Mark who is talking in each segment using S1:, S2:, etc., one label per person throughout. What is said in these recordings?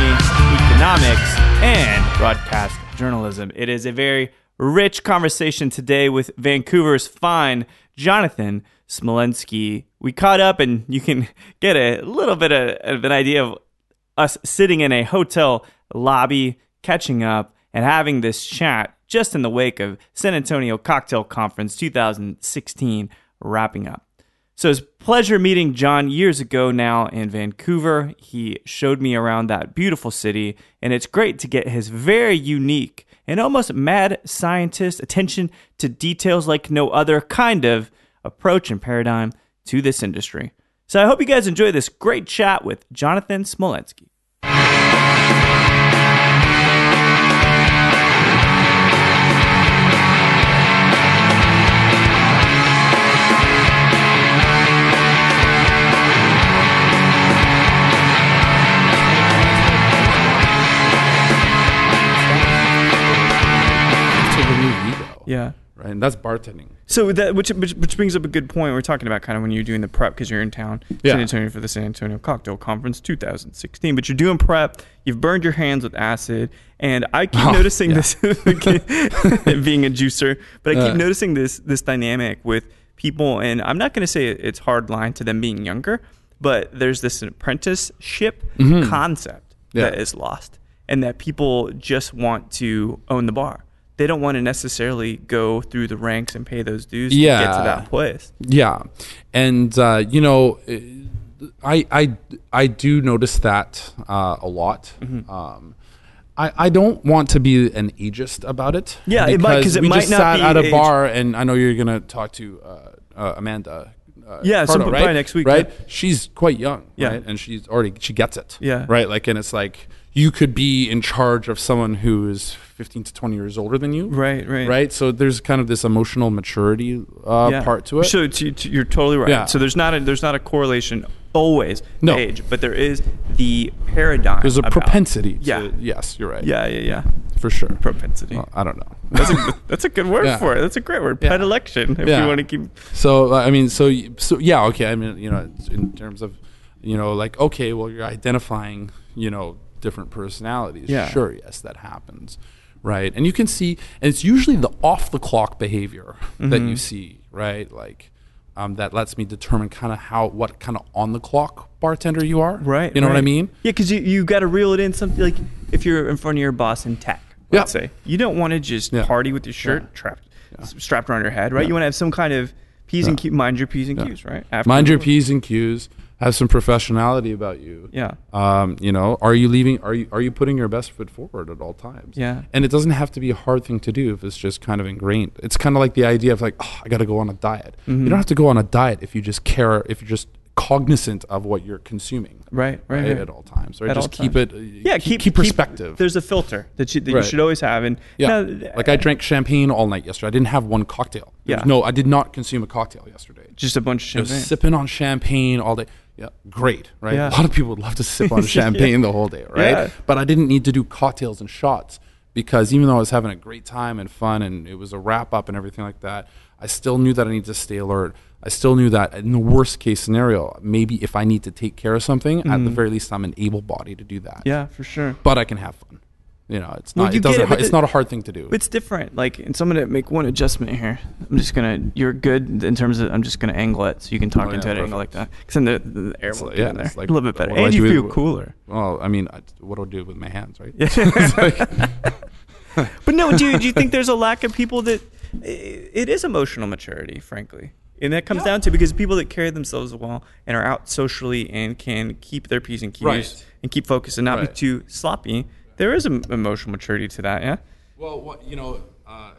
S1: economics and broadcast journalism. It is a very rich conversation today with Vancouver's fine Jonathan Smolensky. We caught up, and you can get a little bit of, of an idea of us sitting in a hotel lobby, catching up, and having this chat just in the wake of San Antonio Cocktail Conference 2016 wrapping up. So it's a pleasure meeting John years ago now in Vancouver. He showed me around that beautiful city, and it's great to get his very unique and almost mad scientist attention to details like no other kind of approach and paradigm to this industry. So I hope you guys enjoy this great chat with Jonathan Smolensky.
S2: to the new ego.
S1: Yeah.
S2: Right. And that's bartending.
S1: So that which, which which brings up a good point. We're talking about kind of when you're doing the prep because you're in town,
S2: Yeah.
S1: San Antonio for the San Antonio Cocktail Conference 2016. But you're doing prep. You've burned your hands with acid, and I keep
S2: Oh,
S1: noticing
S2: yeah.
S1: this being a juicer. But I keep
S2: Uh.
S1: noticing this this dynamic with people, and I'm not going to say it- it's hard line to them being younger, but there's this apprenticeship concept that
S2: Mm-hmm. Yeah.
S1: is lost, and that people just want to own the bar. They don't want to necessarily go through the ranks and pay those dues to get to
S2: Yeah.
S1: that place.
S2: Yeah, and uh, you know, I I I do notice that uh, a lot.
S1: Mm-hmm.
S2: Um, I, I don't want to be an ageist about it.
S1: Yeah, it might- 'cause it
S2: we
S1: might
S2: just
S1: not
S2: sat
S1: be
S2: at a
S1: age-
S2: bar, and I know you're gonna talk to uh, uh, Amanda. Uh,
S1: Yeah, some-
S2: Cardo,
S1: probably
S2: right?
S1: next week,
S2: Right,
S1: yeah.
S2: she's quite young.
S1: Yeah.
S2: right? and she's already she gets it.
S1: Yeah.
S2: right. Like, and it's like you could be in charge of someone who is 15 to 20 years older than you.
S1: Right, right.
S2: Right. So there's kind of this emotional maturity uh, part to it.
S1: So to, to, you're totally right.
S2: Yeah.
S1: So there's not a there's not a correlation always
S2: No.
S1: to age, but there is the paradigm.
S2: There's a
S1: about-
S2: propensity. to-
S1: Yeah.
S2: yes, you're right.
S1: Yeah, yeah, yeah.
S2: for sure.
S1: Propensity.
S2: Well, I don't know.
S1: That's a that's a good word
S2: Yeah.
S1: for it. That's a great word.
S2: Yeah.
S1: Predilection. If
S2: Yeah.
S1: you want to keep.
S2: so uh, I mean, so y- so yeah, okay. I mean, you know, in terms of, you know, like okay, well, you're identifying, you know, different personalities.
S1: Yeah.
S2: Sure. Yes, that happens, right? And you can see, and it's usually the off the clock behavior that
S1: Mm-hmm.
S2: you see, right? Like. Um, that lets me determine kind of how what kind of on the clock bartender you are,
S1: Right.
S2: You know what I
S1: right.
S2: mean?
S1: Yeah, because you, you got to reel it in something like if you're in front of your boss in tech,
S2: Yeah.
S1: let's say, you don't want to just
S2: Yeah.
S1: party with your shirt trapped, s- strapped around your head, right? You want to have some kind of P's and Q's, mind your P's and Q's, right? After
S2: Mind your p's and q's. Have some professionality about you.
S1: Yeah.
S2: Um, you know, are you leaving? Are you are you putting your best foot forward at all times?
S1: Yeah.
S2: And it doesn't have to be a hard thing to do if it's just kind of ingrained. It's kind of like the idea of like, oh, I got to go on a diet.
S1: Mm-hmm.
S2: You don't have to go on a diet if you just care. If you're just cognizant of what you're consuming.
S1: Right, right, right.
S2: At all times. Right.
S1: At
S2: just
S1: all
S2: keep
S1: times.
S2: it. uh,
S1: yeah, keep,
S2: Keep, keep perspective.
S1: there's a filter that you, that you
S2: Right.
S1: should always have, and
S2: yeah.
S1: now-
S2: like I drank champagne all night yesterday. I didn't have one cocktail. There was
S1: Yeah.
S2: No, I did not consume a cocktail yesterday.
S1: just a bunch of
S2: Just
S1: champagne.
S2: sipping on champagne all day. Yeah, great, right?
S1: Yeah.
S2: A lot of people would love to sip on champagne the whole day, right?
S1: Yeah.
S2: But I didn't need to do cocktails and shots because even though I was having a great time and fun and it was a wrap up and everything like that, I still knew that I need to stay alert. I still knew that in the worst case scenario, maybe if I need to take care of something, at the very least, I'm an able body to do that.
S1: Mm-hmm. Yeah, for sure.
S2: But I can have fun. You know, it's
S1: Well,
S2: not.
S1: you
S2: it
S1: get
S2: doesn't.
S1: it, but
S2: it's
S1: the-
S2: not a hard thing to do.
S1: It's different. Like, and so I'm gonna make one adjustment here. I'm just gonna. You're good in terms of. I'm just gonna angle it so you can talk
S2: Oh,
S1: into
S2: yeah,
S1: it at an angle like
S2: perfect.
S1: that. Because then the, the air will
S2: yeah,
S1: yeah, in there
S2: it's like,
S1: a little bit better,
S2: what do I
S1: and you
S2: do
S1: feel
S2: with-
S1: cooler.
S2: well, I mean, I, what do I do with my hands, right?
S1: Yeah. but no, do you, do you think there's a lack of people that i- it is emotional maturity, frankly, and that comes down to because people that carry themselves well and are out socially and can keep their p's and q's
S2: Right.
S1: and keep focused and not be
S2: Right.
S1: too sloppy. There is an emotional maturity to that, yeah.
S2: Well, what you know, uh,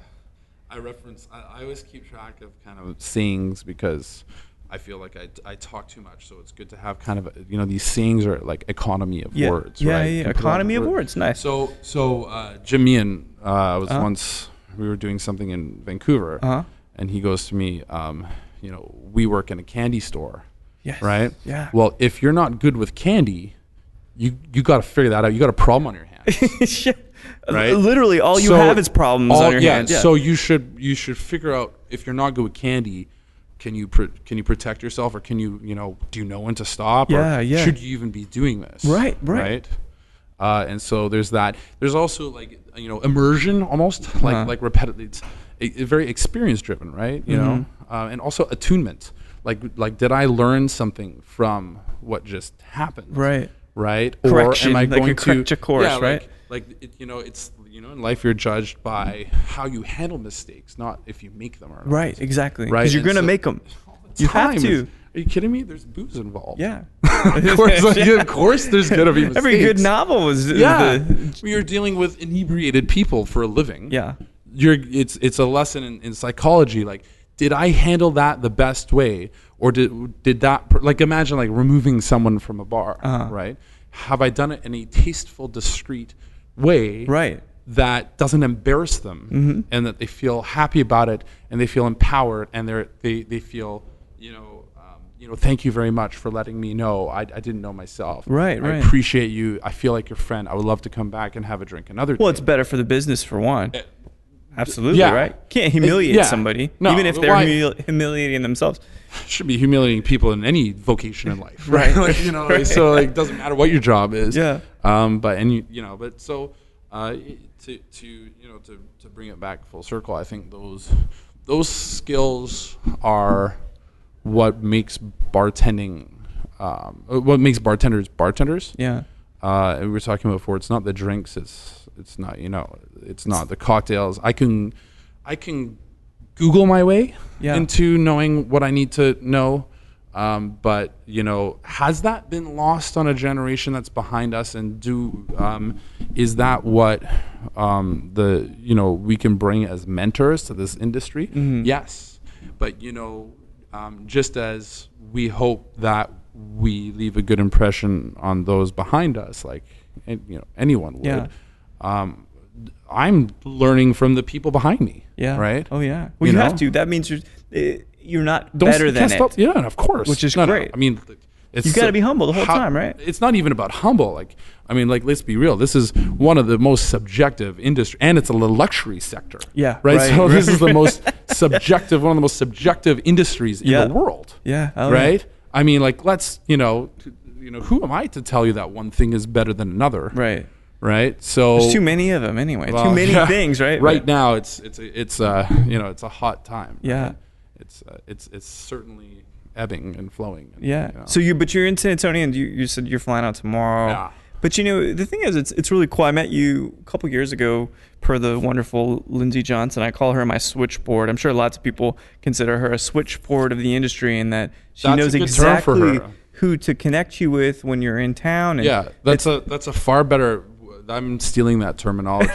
S2: I reference. I, I always keep track of kind of sayings because I feel like I, I talk too much. So it's good to have kind of a, you know these sayings are like economy of
S1: Yeah,
S2: words.
S1: yeah,
S2: right?
S1: yeah,
S2: You put it
S1: economy
S2: on
S1: of
S2: the word.
S1: words, nice.
S2: So so uh, Jim Meehan uh, was once we were doing something in Vancouver,
S1: Uh-huh.
S2: and he goes to me, um, you know, we work in a candy store.
S1: Yes,
S2: Right.
S1: yeah.
S2: Well, if you're not good with candy, you you got to figure that out. You got a problem on your hands.
S1: Shit.
S2: Right?
S1: Literally, all you
S2: So,
S1: have is problems
S2: all-
S1: on your
S2: yeah,
S1: hands. Yeah.
S2: So you should you should figure out if you're not good with candy, can you pr- can you protect yourself or can you you know do you know when to stop?
S1: Yeah,
S2: or
S1: yeah.
S2: Should you even be doing this?
S1: Right, right.
S2: Uh, and so there's that. There's also like you know immersion almost like
S1: Uh-huh.
S2: like repetitive. It's a, a very experience driven, right? You know,
S1: Mm-hmm.
S2: uh, and also attunement. Like like did I learn something from what just happened?
S1: Right.
S2: Right.
S1: Correction,
S2: or am
S1: like
S2: I
S1: a
S2: going
S1: correct-
S2: to
S1: a course,
S2: yeah, like-
S1: right?
S2: like it, you know it's you know in life you're judged by how you handle mistakes not if you make them or not.
S1: Right, exactly.
S2: Right,
S1: Because you're
S2: and
S1: going to
S2: so-
S1: make them.
S2: All the
S1: You have
S2: time is-
S1: to.
S2: are you kidding me there's booze involved
S1: Yeah.
S2: of course like, of course there's gonna be mistakes.
S1: Every good novel is, is
S2: yeah
S1: the-
S2: we are dealing with inebriated people for a living
S1: Yeah.
S2: you're it's it's a lesson in, in psychology like did i handle that the best way or did did that per- like imagine like removing someone from a bar
S1: Uh-huh.
S2: right have i done it in a tasteful discreet way
S1: Right.
S2: that doesn't embarrass them
S1: Mm-hmm.
S2: and that they feel happy about it and they feel empowered and they're, they they feel you know um, you know thank you very much for letting me know I, I didn't know myself
S1: Right,
S2: I
S1: right.
S2: appreciate you I feel like your friend I would love to come back and have a drink another
S1: Well,
S2: day.
S1: it's better for the business for one. Absolutely,
S2: yeah.
S1: right? Can't humiliate
S2: yeah.
S1: somebody,
S2: No,
S1: even if they're
S2: why-
S1: humili- humiliating themselves.
S2: should be humiliating people in any vocation in life,
S1: Right.
S2: right? like, you know, like, so like doesn't matter what your job is.
S1: Yeah.
S2: Um, but and you you know, but so uh, to to you know to to bring it back full circle, I think those those skills are what makes bartending um, uh, what makes bartenders bartenders.
S1: Yeah.
S2: Uh, and we were talking about before. It's not the drinks. It's it's not you know. It's not the cocktails. I can, I can, Google my way
S1: Yeah.
S2: into knowing what I need to know. Um, but you know, has that been lost on a generation that's behind us? And do um, is that what um, the you know we can bring as mentors to this industry?
S1: Mm-hmm.
S2: Yes, but you know, um, just as we hope that we leave a good impression on those behind us, like and, you know anyone would.
S1: Yeah.
S2: Um, I'm learning from the people behind me.
S1: Yeah.
S2: Right.
S1: Oh, yeah. Well, you,
S2: know?
S1: have to. That means you're, eh, you're not
S2: Don't
S1: better
S2: you
S1: than
S2: can't
S1: it.
S2: stop- Yeah, and of course,
S1: Which is great.
S2: I mean, th- it's
S1: You've gotta be humble the whole
S2: how-
S1: time, right?
S2: It's not even about humble. Like, I mean, like let's be real. This is one of the most subjective industry, and it's a l- luxury sector.
S1: Yeah,
S2: Right.
S1: right,
S2: So
S1: right.
S2: this is the most subjective, one of the most subjective industries in
S1: Yeah.
S2: the world.
S1: Yeah. oh, yeah.
S2: right. I mean, like let's you know, t- you know, who am I to tell you that one thing is better than another?
S1: Right.
S2: Right. So
S1: There's too many of them anyway.
S2: well,
S1: too many
S2: yeah.
S1: things, right?
S2: Right
S1: But-
S2: now, it's it's a, it's uh you know it's a hot time.
S1: Yeah.
S2: right? it's uh, it's it's certainly ebbing and flowing. and,
S1: Yeah.
S2: you know.
S1: So you, but you're in San Antonio, and you, you said you're flying out tomorrow.
S2: Yeah.
S1: But you know, the thing is, it's it's really cool. I met you a couple years ago, per the wonderful Lindsay Johnson. I call her my switchboard. I'm sure lots of people consider her a switchboard of the industry, and that she
S2: That's a
S1: knows
S2: good term for
S1: exactly
S2: her.
S1: who to connect you with when you're in town. And
S2: yeah, that's a that's a far better. I'm stealing that terminology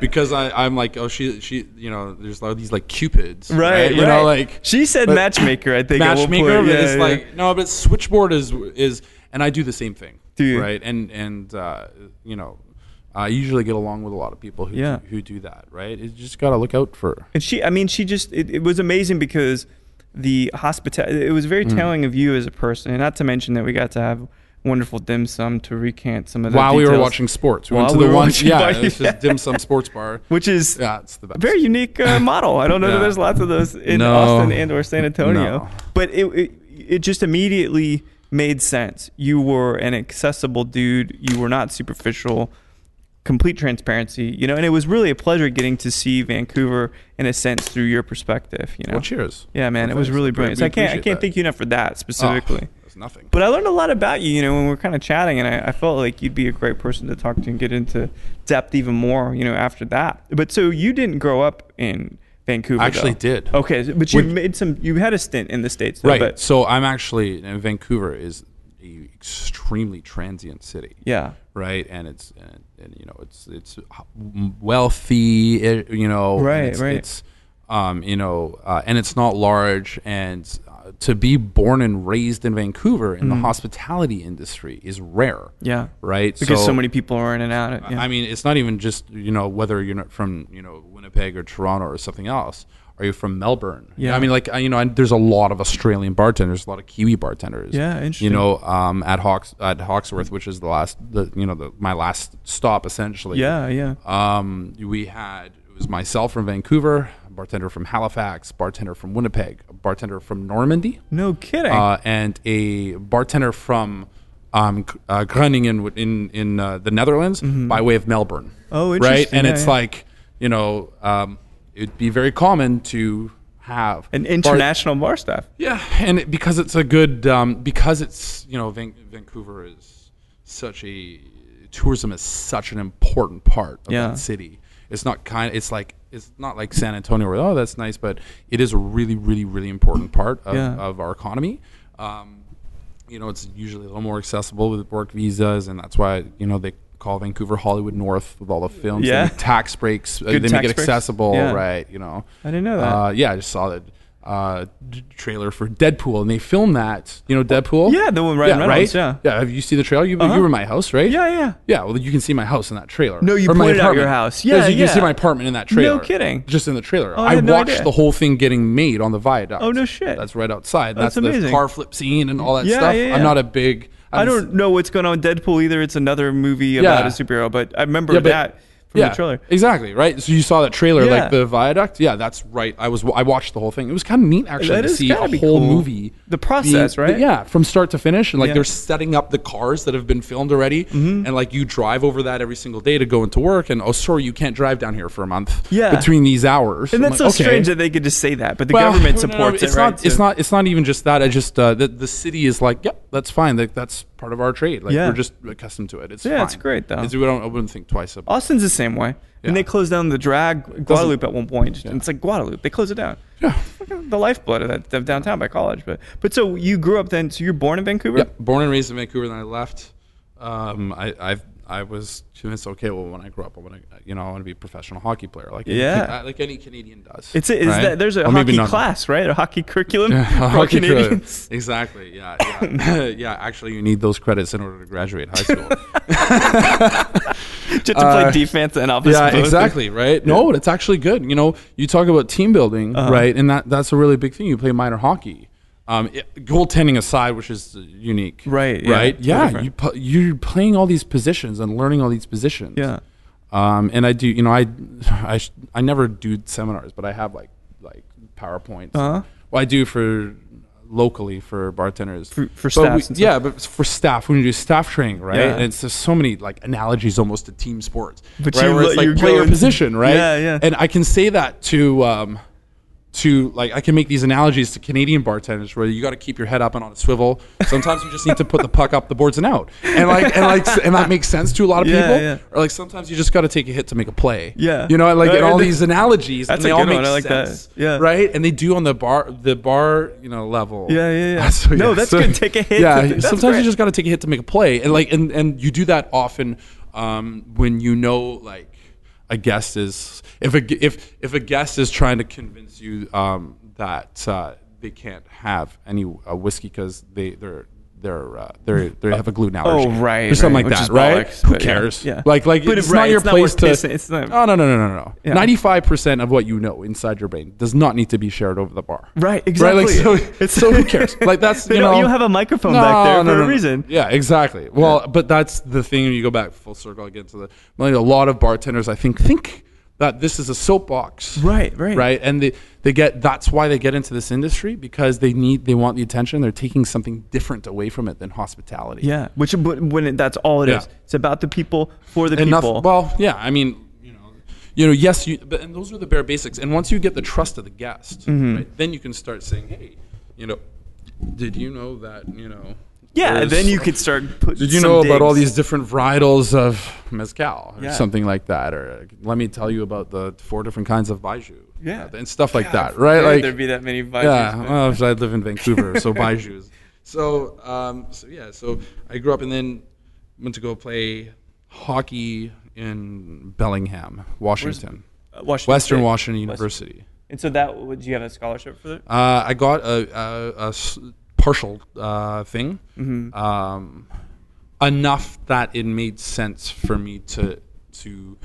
S2: because I I'm like oh she she you know there's a lot of these like cupids
S1: Right,
S2: you know
S1: right.
S2: like
S1: She said
S2: but-
S1: matchmaker, I think, at one
S2: matchmaker
S1: point.
S2: but
S1: Yeah,
S2: it's
S1: yeah.
S2: like no but switchboard is is and I do the same thing
S1: Do you?
S2: right and and uh, you know I usually get along with a lot of people who
S1: Yeah.
S2: do, who do that right you just gotta look out for
S1: And she, I mean, she just, it, it was amazing because the hospitality, it was very
S2: Hmm.
S1: telling of you as a person. And not to mention that we got to have wonderful dim sum to recant some of the
S2: while we were
S1: details,
S2: watching sports. We went
S1: While
S2: to
S1: we
S2: the
S1: were
S2: one,
S1: watching
S2: yeah,
S1: Barney-
S2: it's just dim sum sports bar.
S1: Which is
S2: Yeah, it's the best.
S1: very unique uh, model. I don't know that
S2: Yeah.
S1: there's lots of those in
S2: No.
S1: Austin and or San Antonio,
S2: No.
S1: but it, it it just immediately made sense. You were an accessible dude. You were not superficial. Complete transparency, you know, and it was really a pleasure getting to see Vancouver in a sense through your perspective, you know.
S2: Well, cheers.
S1: Yeah, man,
S2: Well,
S1: it was
S2: thanks.
S1: really
S2: We
S1: brilliant. So I can't I
S2: appreciate
S1: can't
S2: that.
S1: thank you enough for that
S2: Oh,
S1: specifically.
S2: that's nothing.
S1: But uh, I learned a lot about you, you know, when we are kind of chatting, and I, I felt like you'd be a great person to talk to and get into depth even more, you know, after that. But so you didn't grow up in Vancouver.
S2: I actually
S1: though.
S2: did.
S1: Okay, so- but you
S2: Would-
S1: made some. You had a stint in the states, though,
S2: right.
S1: But
S2: so I'm actually in Vancouver is a extremely transient city
S1: Yeah.
S2: right? And it's and, and you know it's it's wealthy, it, you know, and
S1: Right,
S2: it's,
S1: right.
S2: It's um, you know, uh, and it's not large. And uh, to be born and raised in Vancouver in the hospitality industry is rare,
S1: Mm. Yeah.
S2: right?
S1: Because so, many people are in and out. Yeah.
S2: I mean, it's not even just you know whether you're not from you know Winnipeg or Toronto or something else. Are you from Melbourne?
S1: Yeah.
S2: I mean, like I- you know, and there's a lot of Australian bartenders, a lot of Kiwi bartenders.
S1: Yeah, interesting.
S2: You know, um, at Hawks at Hawksworth, which is the last, the you know, the, my last stop essentially.
S1: yeah. Yeah.
S2: Um, we had it was myself from Vancouver, a bartender from Halifax, bartender from Winnipeg, a bartender from Normandy,
S1: No kidding.
S2: uh, and a bartender from um, G- uh, Groningen w- in in uh, the Netherlands by way of Melbourne.
S1: Mm-hmm. Oh,
S2: right.
S1: interesting.
S2: And
S1: Yeah,
S2: it's
S1: yeah.
S2: like you know, um, it'd be very common to have
S1: An
S2: bar-
S1: international bar staff.
S2: yeah, and it, because it's a good um, because it's you know Van- Vancouver is such a tourism is such an important part of
S1: Yeah.
S2: that city. It's not kind. It's like it's not like San Antonio where oh that's nice, but it is a really really really important part of,
S1: Yeah.
S2: of our economy. Um, you know, it's usually a little more accessible with work visas, and that's why you know they call Vancouver Hollywood North with all the films. They
S1: Yeah.
S2: make tax breaks. uh, they
S1: Good
S2: make
S1: tax
S2: it
S1: breaks.
S2: accessible,
S1: Yeah.
S2: right? You know,
S1: I didn't know that.
S2: Uh, yeah, I just saw that uh, d- trailer for Deadpool, and they filmed that. You know, Deadpool.
S1: Yeah, the one Ryan Reynolds, yeah. Uh-huh.
S2: right? Yeah. Have you seen the trailer? You, you were in my house, right?
S1: Yeah. Yeah.
S2: Yeah, well, you can see my house in that trailer.
S1: No, you
S2: my
S1: pointed out your
S2: apartment.
S1: house.
S2: Yes,
S1: Yeah,
S2: you
S1: yeah.
S2: can see my apartment in that trailer.
S1: kidding. Oh,
S2: Just in the trailer.
S1: I
S2: I,
S1: had no
S2: watched
S1: idea.
S2: the whole thing getting made on the viaduct.
S1: Oh, no shit.
S2: That's right outside.
S1: That's
S2: That's,
S1: amazing.
S2: the car flip scene and all that
S1: Yeah,
S2: stuff.
S1: yeah, yeah.
S2: I'm not a big. I'm
S1: I don't know what's going on with Deadpool either. It's another movie about
S2: Yeah.
S1: a superhero, but I remember
S2: Yeah, but-
S1: that from the trailer.
S2: Exactly, right? So you saw that trailer,
S1: Yeah.
S2: like the viaduct? Yeah, that's right. I was I watched the whole thing. It was kind of neat actually
S1: That
S2: to
S1: is
S2: see a
S1: gotta
S2: whole
S1: be cool.
S2: movie.
S1: The process, right?
S2: Yeah, from start to finish and like
S1: Yeah. Mm-hmm.
S2: they're setting up the cars that have been filmed already and like you drive over that every single day to go into work and oh sorry, you can't drive down here for a month
S1: Yeah.
S2: between these hours.
S1: And
S2: I'm
S1: that's so
S2: like, okay.
S1: strange that they could just say that, but the
S2: Well,
S1: government
S2: no, no, no,
S1: supports it,
S2: it's
S1: right?
S2: Not, it's
S1: So-
S2: not. It's not even just that. I just uh, the the city is like, yep, that's fine. Like, that's part of our trade. Like
S1: Yeah.
S2: we're just accustomed to it. It's
S1: Yeah,
S2: fine.
S1: it's great, though.
S2: It's- we don't. I wouldn't think twice about.
S1: Austin's the same way. And
S2: Yeah.
S1: they closed down the drag Guadalupe at one point. And it's like Guadalupe. They closed it down.
S2: Yeah.
S1: Fucking The lifeblood of that of downtown by college. But but so you grew up then, so you're born in Vancouver?
S2: Yeah, born and raised in Vancouver. Then I left. Um, I I've, I was convinced. Okay, well, when I grow up, I want to you know I want to be a professional hockey player, like any
S1: Yeah.
S2: Can- uh, like any Canadian does.
S1: It's a, is
S2: right?
S1: that there's a
S2: Or maybe
S1: hockey
S2: not.
S1: class, right? A hockey curriculum for
S2: A hockey career.
S1: Canadians.
S2: Exactly. Yeah. Yeah. yeah. Actually, you need those credits in order to graduate high school.
S1: Just to play defense and offense.
S2: Uh, yeah.
S1: both.
S2: Exactly. Right. No, it's actually good. You know, you talk about team building, right? And that that's a really big thing. You play minor hockey. Um, it, goaltending aside, which is uh, unique,
S1: Right, yeah,
S2: Right,
S1: it's
S2: yeah.
S1: different.
S2: you pu- you're playing all these positions and learning all these positions.
S1: Yeah.
S2: Um, and I do, you know, I, I, sh- I never do seminars, but I have like, like PowerPoints.
S1: Uh-huh.
S2: Well, I do for locally for bartenders.
S1: For- for
S2: But
S1: staffs
S2: we-
S1: and stuff.
S2: yeah, but it's for staff, when you do staff training, right?
S1: Yeah.
S2: And it's just so many like analogies almost to team sports.
S1: But
S2: right?
S1: you
S2: Where
S1: lo-
S2: it's like
S1: you're
S2: player
S1: going-
S2: position, right?
S1: Yeah, yeah.
S2: And I can say that to, um, to like I can make these analogies to Canadian bartenders where you got to keep your head up and on a swivel. Sometimes you just need to put the puck up the boards and out, and like and like and that makes sense to a lot of
S1: Yeah,
S2: people.
S1: yeah.
S2: Or like sometimes you just got to take a hit to make a play.
S1: Yeah.
S2: you know, and, like
S1: No,
S2: and all
S1: that-
S2: these analogies.
S1: that's
S2: and they
S1: a
S2: all
S1: good
S2: make
S1: one. I like that.
S2: sense,
S1: Yeah.
S2: right. And they do on the bar the bar you know level.
S1: Yeah, yeah, yeah.
S2: Oh. So,
S1: No, that's
S2: so-
S1: good. Take a hit
S2: Yeah,
S1: to- that's
S2: sometimes
S1: great.
S2: you just got to take a hit to make a play, and like and and you do that often um, when you know like a guest is if a gu- if if a guest is trying to convince you um, that uh, they can't have any uh, whiskey because they they're they're uh, they they have a gluten allergy.
S1: Oh, right,
S2: or something
S1: right,
S2: like
S1: which
S2: that,
S1: is
S2: right?
S1: bollocks,
S2: Who
S1: but yeah,
S2: cares?
S1: yeah.
S2: Like like
S1: But
S2: it's
S1: right,
S2: not your
S1: it's not
S2: place
S1: worth
S2: to.
S1: pissing- it's not-
S2: oh no no no no no
S1: Yeah.
S2: no. Ninety five percent of what you know inside your brain does not need to be shared over the bar.
S1: Right,
S2: Like,
S1: exactly.
S2: so,
S1: It's-
S2: so who cares? Like that's
S1: They
S2: you
S1: don't-
S2: know
S1: you have a microphone back there for a reason.
S2: yeah, exactly. Well, but that's the thing. You go back full circle again to the like a lot of bartenders. I think think that this is a soapbox,
S1: Right, right.
S2: right, and they they get that's why they get into this industry because they need they want the attention. They're taking something different away from it than hospitality.
S1: Yeah. Which but when it, that's all it is.
S2: Yeah.
S1: It's about the people for the
S2: and
S1: people.
S2: nothing. Well, yeah, I mean, you know, you know, yes, you. But and those are the bare basics. And once you get the trust of the guest,
S1: Mm-hmm.
S2: right, then you can start saying, hey, you know, did you know that you know.
S1: yeah, and
S2: there's-
S1: then you could start putting
S2: Did you
S1: some
S2: know about all
S1: digs.
S2: these different varietals of mezcal or
S1: Yeah.
S2: something like that? Or uh, let me tell you about the four different kinds of baijiu.
S1: Yeah.
S2: And stuff like that, right?
S1: There'd
S2: Like,
S1: there be that many vibes.
S2: yeah. Well, I live in Vancouver, so baijiu is so, um, so yeah, so I grew up and then went to go play hockey in Bellingham, Washington,
S1: Uh, Washington
S2: Western
S1: State.
S2: Washington University.
S1: And so that would you have a scholarship for that?
S2: Uh, I got a, a- a s- partial uh, thing,
S1: Mm-hmm.
S2: um, enough that it made sense for me to to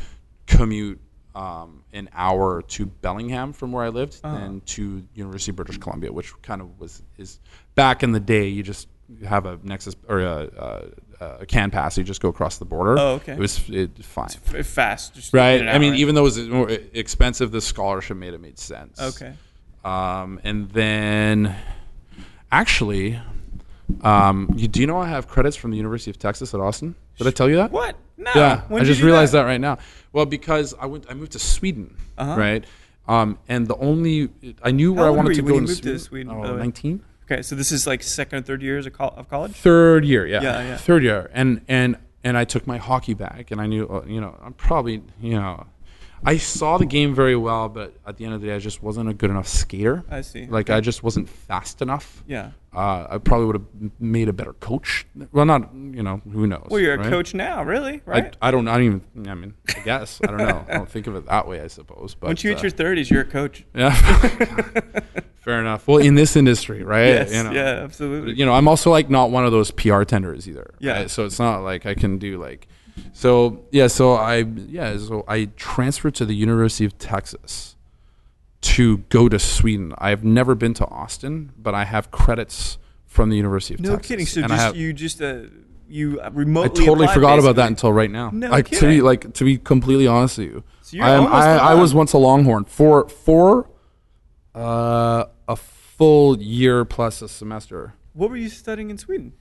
S2: commute um, an hour to Bellingham from where I lived,
S1: Uh-huh.
S2: and to University of British Columbia, which kind of was is back in the day. You just have a Nexus or a, a, a can pass. You just go across the border.
S1: Oh, okay.
S2: It was it, fine.
S1: F- fast, just in
S2: Right.
S1: and
S2: I
S1: out,
S2: mean,
S1: right?
S2: even though it was more e-, expensive, the scholarship made it made sense.
S1: Okay.
S2: Um, and then, actually, um, you, do you know I have credits from the University of Texas at Austin? Did I tell you that?
S1: What? No.
S2: Yeah,
S1: When
S2: I
S1: did
S2: just
S1: you do
S2: realized that? right now. Well, because I went, I moved to Sweden, right? Um, and the only I knew where
S1: Uh-huh.
S2: I
S1: old were
S2: wanted to
S1: you
S2: go
S1: when you
S2: in
S1: moved to
S2: Sweden.
S1: Sweden, by
S2: oh,
S1: the way?
S2: 19?
S1: Okay, so this is like second or third years of, col- of college.
S2: third year yeah.
S1: Yeah, yeah.
S2: third year and and and i took my hockey back and i knew uh, you know i'm probably you know i saw the game very well but at the end of the day i just wasn't a good enough skater
S1: I see.
S2: like i just wasn't fast enough
S1: Yeah.
S2: uh, i probably would have made a better coach well not you know who knows
S1: Well, Oh, you're a
S2: right?
S1: coach now, really,
S2: I,
S1: right?
S2: I don't. I don't even. I mean, I guess I don't know. I don't think of it that way. I suppose. But
S1: Once you hit
S2: uh,
S1: your 30s, you're a coach.
S2: yeah, fair enough. Well, in this industry, right?
S1: Yes.
S2: you know,
S1: yeah, absolutely.
S2: you know, I'm also like not one of those PR tenders either.
S1: Yeah.
S2: right? So it's not like I can do like, so yeah. So I yeah. So I transferred to the University of Texas to go to Sweden. I have never been to Austin, but I have credits from the University of
S1: No
S2: Texas.
S1: kidding. So
S2: And I
S1: just
S2: have-
S1: you just uh, you
S2: I
S1: remotely.
S2: totally
S1: applied,
S2: forgot about that
S1: basically.
S2: until right now.
S1: No
S2: like to
S1: kidding.
S2: be like to be completely honest with you,
S1: So you're
S2: I, am,
S1: almost
S2: I, I
S1: on.
S2: was once a Longhorn for for uh, a full year plus a semester.
S1: What were you studying in Sweden?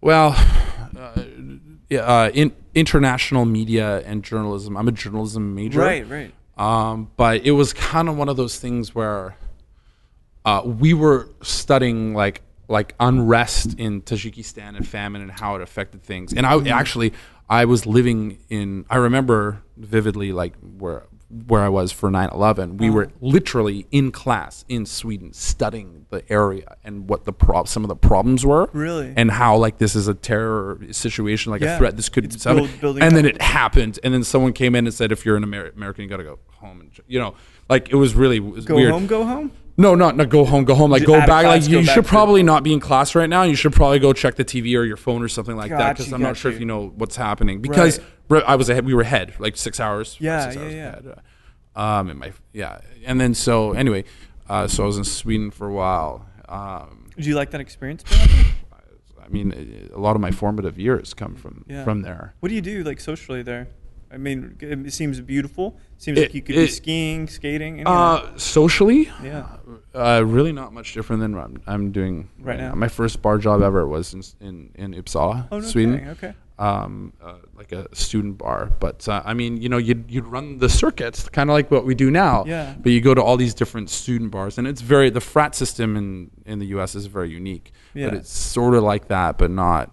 S2: Well, uh, yeah, uh, in international media and journalism. I'm a journalism major,
S1: Right, right.
S2: Um, but it was kind of one of those things where uh, we were studying like like unrest in Tajikistan and famine and how it affected things. And
S1: Mm-hmm.
S2: I actually I was living in I remember vividly like where where I was for 9/11. We
S1: Mm-hmm.
S2: were literally in class in Sweden studying the area and what the prob- some of the problems were.
S1: Really?
S2: And how like this is a terror situation like
S1: Yeah.
S2: a threat this could
S1: It's
S2: so-
S1: build- building
S2: and
S1: up.
S2: then it happened and then someone came in and said if you're an Amer- American you got to go home and you know like it was really it was
S1: Go
S2: weird.
S1: home, go home.
S2: No, not not go home, go home. Like
S1: Just
S2: go
S1: out of
S2: back.
S1: class,
S2: like
S1: go
S2: you, you
S1: back
S2: should
S1: to-
S2: probably not be in class right now. You should probably go check the TV or your phone or something like that
S1: Gotcha,
S2: because I'm not sure
S1: gotcha.
S2: if you know what's happening because re- I was ahead. We were ahead like six hours. five,
S1: Yeah,
S2: six
S1: yeah,
S2: hours
S1: yeah.
S2: Ahead. Um, and my yeah, and then so anyway, uh, so I was in Sweden for a while. Um,
S1: Did you like that experience? being out there?
S2: I mean, a lot of my formative years come from
S1: Yeah.
S2: from there.
S1: What do you do like socially there? I mean, it seems beautiful. Seems
S2: It-
S1: like you could be
S2: it-
S1: skiing, skating. any of that.
S2: Uh, socially,
S1: yeah.
S2: uh, really not much different than what I'm, I'm doing
S1: Right now.
S2: My first bar job ever was in in, in Uppsala,
S1: Oh no,
S2: Sweden.
S1: kidding, Okay.
S2: um, uh, like a student bar. But uh, I mean, you know, you'd, you'd run the circuits, kind of like what we do now.
S1: Yeah.
S2: But you go to all these different student bars, and it's very the frat system in in the U.S. is very unique.
S1: Yeah.
S2: But it's sort of like that, but not.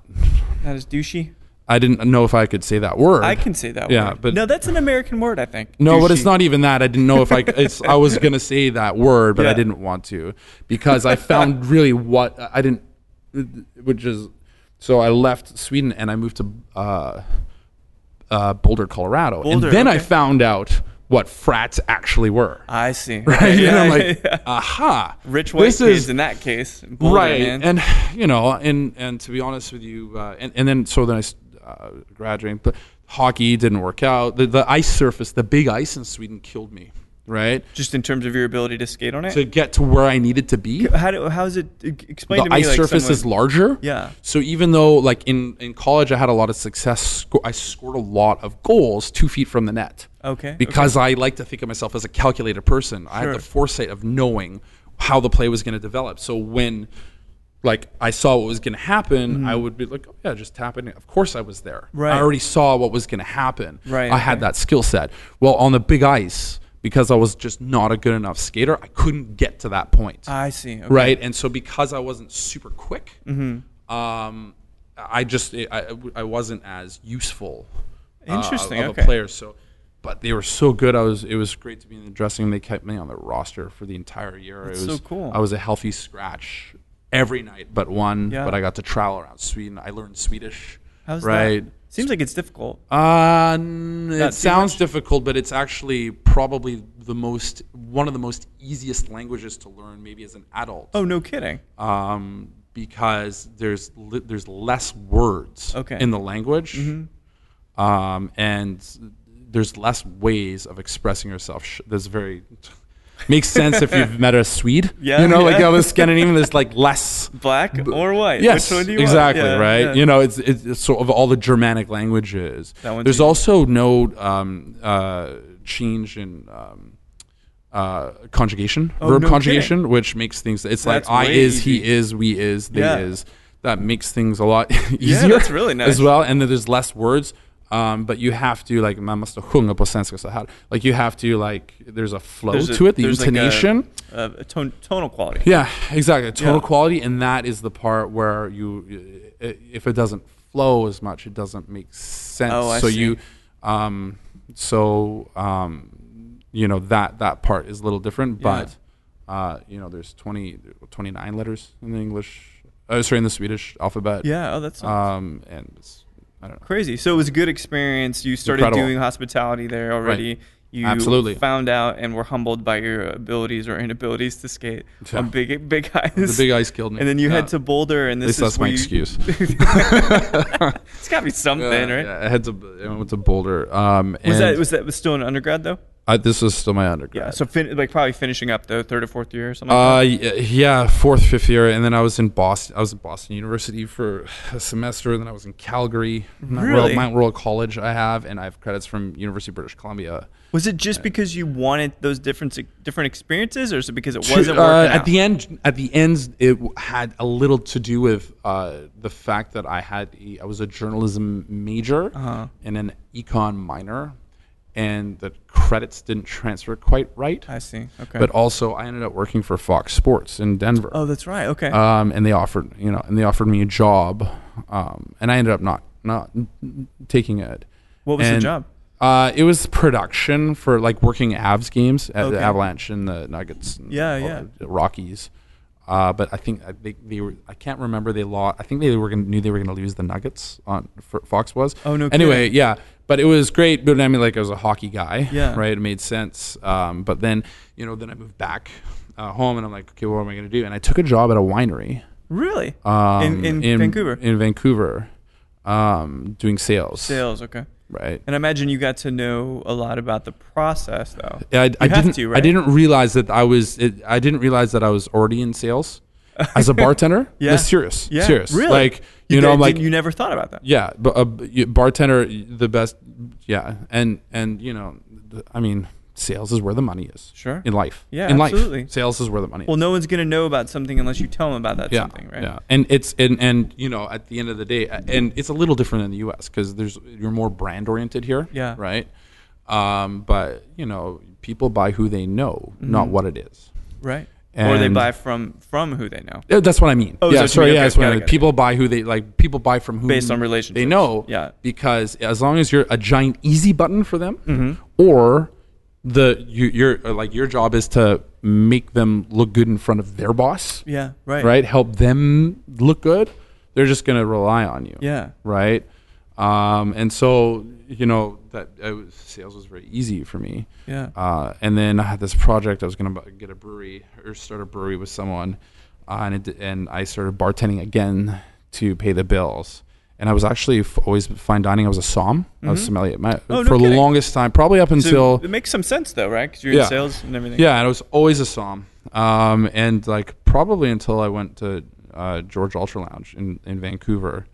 S1: Not as douchey.
S2: I didn't know if I could say that word.
S1: I can say that.
S2: Yeah,
S1: word.
S2: but-
S1: no, that's an American word. I think.
S2: No, but it's
S1: Douchey.
S2: not even that. I didn't know if I. It's. I was gonna say that word, but
S1: Yeah.
S2: I didn't want to because I found really what I didn't, which is, so I left Sweden and I moved to uh, uh, Boulder, Colorado,
S1: Boulder,
S2: and then I
S1: okay.
S2: found out what frats actually were.
S1: I see.
S2: Right?
S1: Yeah,
S2: and I'm
S1: yeah,
S2: like,
S1: yeah.
S2: aha,
S1: rich white
S2: this
S1: kids
S2: is
S1: in that case. Boulder,
S2: right
S1: man.
S2: and you know and and to be honest with you uh, and, and then so then i s- uh, graduating but hockey didn't work out the, the ice surface the big ice in sweden killed me right
S1: just in terms of your ability to skate on it.
S2: to get to where i needed to be
S1: how do, how's it e- explain
S2: the
S1: to me?
S2: ice
S1: like,
S2: surface
S1: someone-
S2: is larger
S1: Yeah.
S2: so even though like in in college i had a lot of success sco- i scored a lot of goals two feet from the net
S1: Okay, okay.
S2: because i like to think of myself as a calculated person i had
S1: Sure.
S2: the foresight of knowing how the play was going to develop so when like i saw what was going to happen i would be like oh yeah just tap it in of course i was there
S1: Mm-hmm. Right.
S2: i already saw what was going to happen
S1: Right,
S2: i had
S1: okay.
S2: that skill set well on the big ice because i was just not a good enough skater i couldn't get to that point
S1: I see. Okay.
S2: right? And so because I wasn't super quick,
S1: Mm-hmm.
S2: um, I just I, I wasn't as useful. uh,
S1: Interesting,
S2: of
S1: okay.
S2: a player. So, but they were so good. I was. It was great to be in the dressing room. They kept me on the roster for the entire year.
S1: That's
S2: it
S1: so
S2: was
S1: cool.
S2: I was a healthy scratch every night but one.
S1: Yeah.
S2: But I got to travel around Sweden. I learned Swedish.
S1: How's
S2: right.
S1: That? Seems like it's difficult.
S2: Uh, n-
S1: Not too
S2: it sounds difficult, but it's actually probably the most one of the most easiest languages to learn, maybe as an adult,
S1: Oh, no kidding.
S2: um, because there's li- there's less words
S1: Okay. Mm-hmm.
S2: in the language, um, and there's less ways of expressing yourself. Sh- There's very makes sense if you've met a Swede,
S1: Yeah,
S2: you know, like
S1: yeah.
S2: how the Scandinavian there's like less
S1: Black or white?
S2: Yes,
S1: Which one do you want?
S2: exactly.
S1: Yeah,
S2: right.
S1: yeah.
S2: You know, it's, it's it's sort of all the Germanic languages.
S1: That one's
S2: There's
S1: easy.
S2: also no um, uh, change in um, uh, conjugation,
S1: Oh,
S2: verb
S1: no
S2: conjugation, which makes things. It's
S1: That's
S2: like I
S1: way
S2: is,
S1: easy.
S2: he is, we is, they
S1: Yeah.
S2: is. That makes things a lot easier.
S1: that's really nice.
S2: as well. And then there's less words. Um, but you have to like man måste sjunga på svenska så här. Like you have to like there's a flow
S1: There's a-
S2: to it, the
S1: there's like a-
S2: intonation.
S1: Uh, a tone, tonal quality.
S2: Yeah, exactly. Total
S1: Yeah.
S2: quality, and that is the part where you, i- i- if it doesn't flow as much, it doesn't make sense.
S1: Oh, I
S2: so
S1: see.
S2: you, um, so um, you know that that part is a little different,
S1: Yeah.
S2: but uh, you know, there's 20, 29 letters in the English, uh, sorry, in the Swedish alphabet.
S1: Yeah. Oh, that's
S2: Um, and it's, I don't know.
S1: crazy. So it was a good experience. You started
S2: Incredible.
S1: doing hospitality there already. You
S2: Absolutely.
S1: found out and were humbled by your abilities or inabilities to skate
S2: Yeah.
S1: on big big ice.
S2: The big ice killed me.
S1: And then you
S2: Yeah.
S1: head to Boulder, and
S2: At least
S1: this
S2: that's
S1: is
S2: my
S1: where you-
S2: excuse.
S1: It's got to be something,
S2: Yeah,
S1: right?
S2: yeah, I had to. I went to Boulder. Um,
S1: Was
S2: and
S1: that was that was still an undergrad though?
S2: I, this was still my undergrad.
S1: Yeah. So fin- like probably finishing up the third or fourth year or something.
S2: Uh,
S1: like
S2: y- yeah, fourth, fifth year, and then I was in Boston. I was at Boston University for a semester, and then I was in Calgary, Mount Royal,
S1: Really?
S2: Mount Royal College. I have, and I have credits from University of British Columbia.
S1: that? Was it just because you wanted those different different experiences, or is it because it
S2: To-
S1: wasn't working?
S2: uh, at
S1: out?
S2: the end? At the end, it w- had a little to do with uh, the fact that I had a, I was a journalism major
S1: Uh-huh.
S2: and an econ minor, and the credits didn't transfer quite right.
S1: I see. Okay.
S2: But also, I ended up working for Fox Sports in Denver.
S1: oh, that's right. Okay.
S2: um, and they offered you know and they offered me a job um, and i ended up not not taking it
S1: What was the
S2: And,
S1: job?
S2: uh, it was production for like working avs games at
S1: Okay.
S2: the avalanche and the nuggets and
S1: Yeah,
S2: all
S1: yeah.
S2: the rockies uh, but I think I, they, they were. I can't remember. They lost. I think they were gonna, knew they were going to lose the Nuggets on for Fox was.
S1: Oh, no
S2: Anyway, yeah. But it was great. But I mean, like I was a hockey guy.
S1: Yeah.
S2: Right. It made sense. Um, but then you know, then I moved back uh, home, and I'm like, okay, what am I going to do? And I took a job at a winery
S1: really?
S2: um,
S1: in, in Vancouver.
S2: In Vancouver, um, doing sales.
S1: Sales. Okay.
S2: Right.
S1: And I imagine you got to know a lot about the process, though.
S2: I, I
S1: you have
S2: didn't.
S1: to, right?
S2: I didn't realize that I was. It, I didn't realize that I was already in sales as a bartender.
S1: Yeah.
S2: No, serious.
S1: Yeah,
S2: Serious.
S1: really.
S2: Like you, know,
S1: did-
S2: I'm like
S1: didn't- you never thought about that.
S2: yeah, but a b- you- bartender the best. Yeah, and and you know, th- I mean, sales is where the money is.
S1: Sure.
S2: In life.
S1: Yeah,
S2: In
S1: absolutely.
S2: life, sales is where the money. is.
S1: Well, no one's gonna know about something unless you tell them about that
S2: yeah,
S1: something, right?
S2: Yeah, and it's and and you know at the end of the day, uh, and it's a little different in the U.S. because there's you're more brand oriented here.
S1: Yeah.
S2: right. Um, but you know, people buy who they know,
S1: Mm-hmm.
S2: not what it is.
S1: Right. or they
S2: And-
S1: buy from from who they know.
S2: Uh, That's what I mean.
S1: Oh, is that what
S2: yeah,
S1: you
S2: sorry,
S1: mean?
S2: yeah,
S1: Okay,
S2: that's what I
S1: got it,
S2: mean.
S1: got it.
S2: People buy who they like. People buy from who
S1: Based on relationships.
S2: they know.
S1: Yeah.
S2: because as long as you're a giant easy button for them,
S1: Mm-hmm.
S2: or the you, you're like your job is to make them look good in front of their boss.
S1: Yeah. Right.
S2: right? Help them look good. They're just going to rely on you,
S1: Yeah.
S2: right? Um, and so you know that I was, sales was very easy for me.
S1: Yeah.
S2: Uh, and then I had this project. I was going to get a brewery or start a brewery with someone, uh, and it, di- and I started bartending again to pay the bills. And I was actually f- always fine dining. I was a som. I was sommelier My,
S1: Oh, no
S2: for the
S1: kidding.
S2: longest time, probably up until
S1: So it makes some sense though, right? Because you're in
S2: Yeah.
S1: sales and everything.
S2: yeah, and it was always a psalm. Um, and like probably until I went to uh, George Ultra Lounge in, in Vancouver,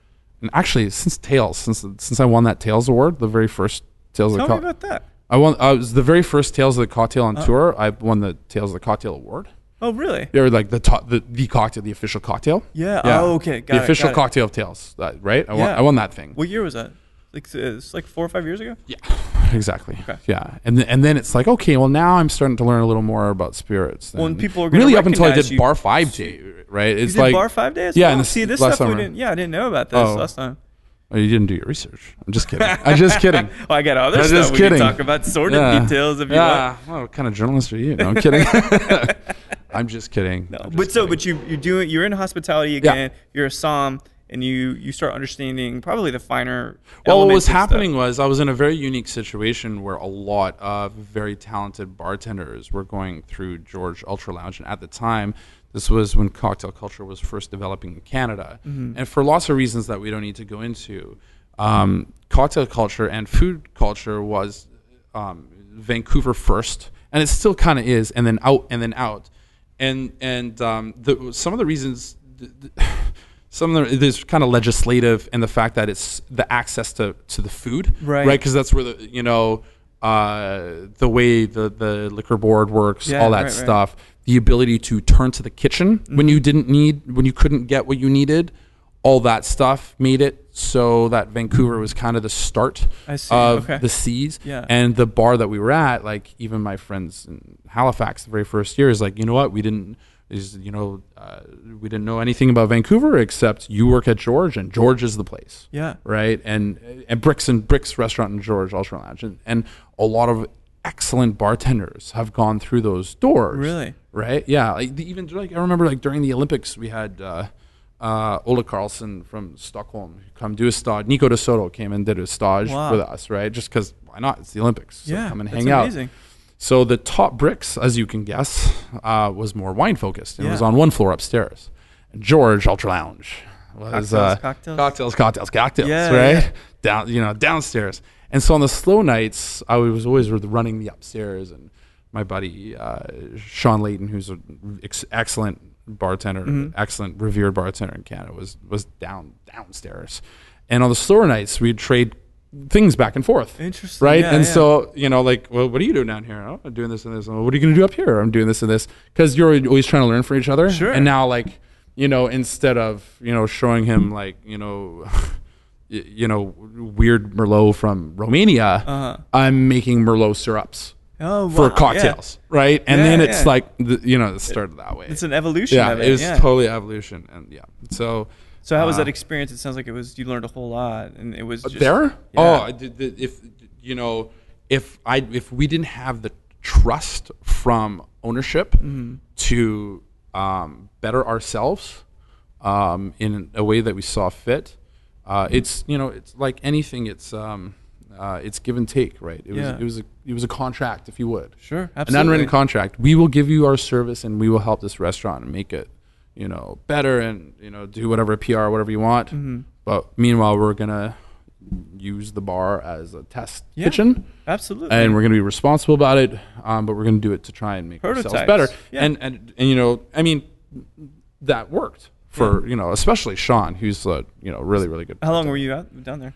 S2: and actually since Tails, since since I won that Tails award, the very first Tails
S1: Tell
S2: of the
S1: me
S2: Co-
S1: about Oh. that.
S2: I won. I was the very first Tails of the Cocktail on tour. I won the Tails of the Cocktail award.
S1: Oh, really?
S2: They were like the top, the, the cocktail, the official cocktail.
S1: Yeah. Oh, okay. Got
S2: the
S1: it,
S2: official
S1: got it.
S2: cocktail of Tails, uh, right? I won,
S1: Yeah.
S2: I won that thing.
S1: What year was that? Like s- it's like four or five years ago.
S2: Yeah, exactly.
S1: Okay.
S2: Yeah, and th- and then it's like, okay, well now I'm starting to learn a little more about spirits.
S1: Well, and
S2: And
S1: people are gonna
S2: really up until I
S1: recognize
S2: did
S1: you-
S2: bar five day, right? It's
S1: You did
S2: like
S1: bar five days.
S2: yeah,
S1: Wow.
S2: and this-
S1: see this
S2: last
S1: stuff we
S2: summer.
S1: didn't. Yeah, I didn't know about this
S2: Oh.
S1: last time.
S2: oh, you didn't do your research. I'm just kidding. I'm just kidding.
S1: Well, I got other
S2: I'm
S1: stuff
S2: just
S1: we
S2: kidding.
S1: can talk about, sordid
S2: Yeah.
S1: details if you want.
S2: yeah. Well, what kind of journalist are you? No, I'm kidding. I'm just kidding.
S1: No,
S2: I'm just
S1: but so,
S2: kidding.
S1: but you you're doing you're in hospitality again. You're a psalm, and you you start understanding probably the finer.
S2: Well, what
S1: elements
S2: was
S1: and stuff.
S2: happening was I was in a very unique situation where a lot of very talented bartenders were going through George Ultra Lounge, and at the time, this was when cocktail culture was first developing in Canada, and for lots of reasons that we don't need to go into, um, cocktail culture and food culture was um, Vancouver first, and it still kind of is, and then out, and then out, and and um, the, some of the reasons. th- th- some of the, there's kind of legislative and the fact that it's the access to, to the food,
S1: Right.
S2: Right, because that's where the you know uh, the way the the liquor board works,
S1: Yeah,
S2: all that
S1: right, Mm-hmm. right.
S2: stuff. The ability to turn to the kitchen when you didn't need, when you couldn't get what you needed, all that stuff made it so that Vancouver was kind of the start
S1: I see,
S2: of
S1: okay.
S2: the seas.
S1: Yeah.
S2: And the bar that we were at, like even my friends in Halifax, the very first year, is like, you know what, we didn't. Is you know uh, we didn't know anything about Vancouver except you work at George and George is the place
S1: Yeah.
S2: right? And and Bricks and Bricks Restaurant in George Ultra Lounge, and, and a lot of excellent bartenders have gone through those doors.
S1: Really?
S2: Right? Yeah. Like the, even like I remember like during the Olympics we had. Uh, uh, Ola Carlson from Stockholm who come do a stage. Nico De Soto came and did a stage
S1: Wow.
S2: with us, right? Just because why not? It's the Olympics. So
S1: Yeah,
S2: come and
S1: that's
S2: hang out.
S1: amazing.
S2: So the top bricks, as you can guess, uh, was more wine focused. It
S1: Yeah.
S2: was on one floor upstairs. And George Ultra Lounge was
S1: Cocktails,
S2: uh,
S1: cocktails.
S2: cocktails, cocktails, cocktails,
S1: Yeah,
S2: right?
S1: yeah.
S2: Down, you know, downstairs. And so on the slow nights, I was always running the upstairs, and my buddy uh, Sean Layton, who's an ex- excellent bartender,
S1: Mm-hmm.
S2: excellent revered bartender in Canada, was was down downstairs. And on the slower nights, we'd trade things back and forth.
S1: Interesting.
S2: Right.
S1: Yeah,
S2: and
S1: yeah.
S2: so so you know, like, well, what are you doing down here? Oh, I'm doing this and this. Oh, what are you gonna do up here? I'm doing this and this. Because you're always trying to learn from each other.
S1: Sure.
S2: And now, like, you know, instead of you know showing him like you know, y- you know, weird Merlot from Romania,
S1: Uh-huh.
S2: I'm making Merlot syrups
S1: Oh, wow,
S2: for
S1: yeah.
S2: cocktails, right? And
S1: Yeah,
S2: then it's
S1: yeah.
S2: like the, you know, it started that way.
S1: It's an evolution
S2: yeah,
S1: of
S2: it,
S1: it.
S2: was
S1: yeah.
S2: totally evolution, and yeah, so.
S1: so how was
S2: uh,
S1: that experience? It sounds like it was you learned a whole lot, and it was just,
S2: there?
S1: Yeah.
S2: Oh, I did- did- if you know, if I if we didn't have the trust from ownership
S1: Mm-hmm.
S2: to um, better ourselves um, in a way that we saw fit, uh, it's you know, it's like anything. It's um, uh, it's give and take, right? It
S1: Yeah.
S2: was it was a, it was a contract, if you would.
S1: Sure,
S2: An
S1: absolutely.
S2: unwritten contract. We will give you our service, and we will help this restaurant and make it, you know, better, and you know, do whatever PR, whatever you want.
S1: Mm-hmm.
S2: But meanwhile, we're gonna use the bar as a test
S1: Yeah.
S2: kitchen,
S1: absolutely.
S2: and we're gonna be responsible about it. Um, but we're gonna do it to try and make ourselves
S1: Prototypes.
S2: better.
S1: Yeah.
S2: And, and and you know, I mean, that worked for you know, especially Sean, who's a you know really really good.
S1: how long were you out down there?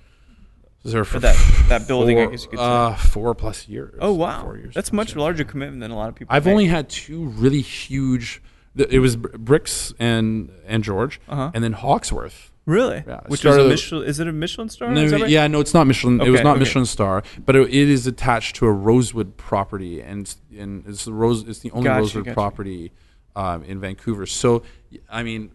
S2: Was there for
S1: that- that building, I
S2: four,
S1: guess you could say.
S2: uh, four plus years.
S1: Oh wow,
S2: Four years
S1: that's
S2: plus,
S1: much
S2: yeah.
S1: larger commitment than a lot of people.
S2: I've
S1: make.
S2: only had two really huge. th- It was Br- Bricks and and George,
S1: Uh-huh.
S2: and then Hawksworth.
S1: really,
S2: Yeah,
S1: which was
S2: started
S1: a
S2: the-
S1: Michelin. Is it a Michelin star?
S2: No,
S1: Is that right?
S2: Yeah, no, it's not Michelin. it was
S1: Okay,
S2: not
S1: okay.
S2: Michelin star, but it, it is attached to a Rosewood property, and it's- and it's the rose. It's the only
S1: Gotcha,
S2: Rosewood
S1: gotcha.
S2: property um, in Vancouver. So, y- I mean,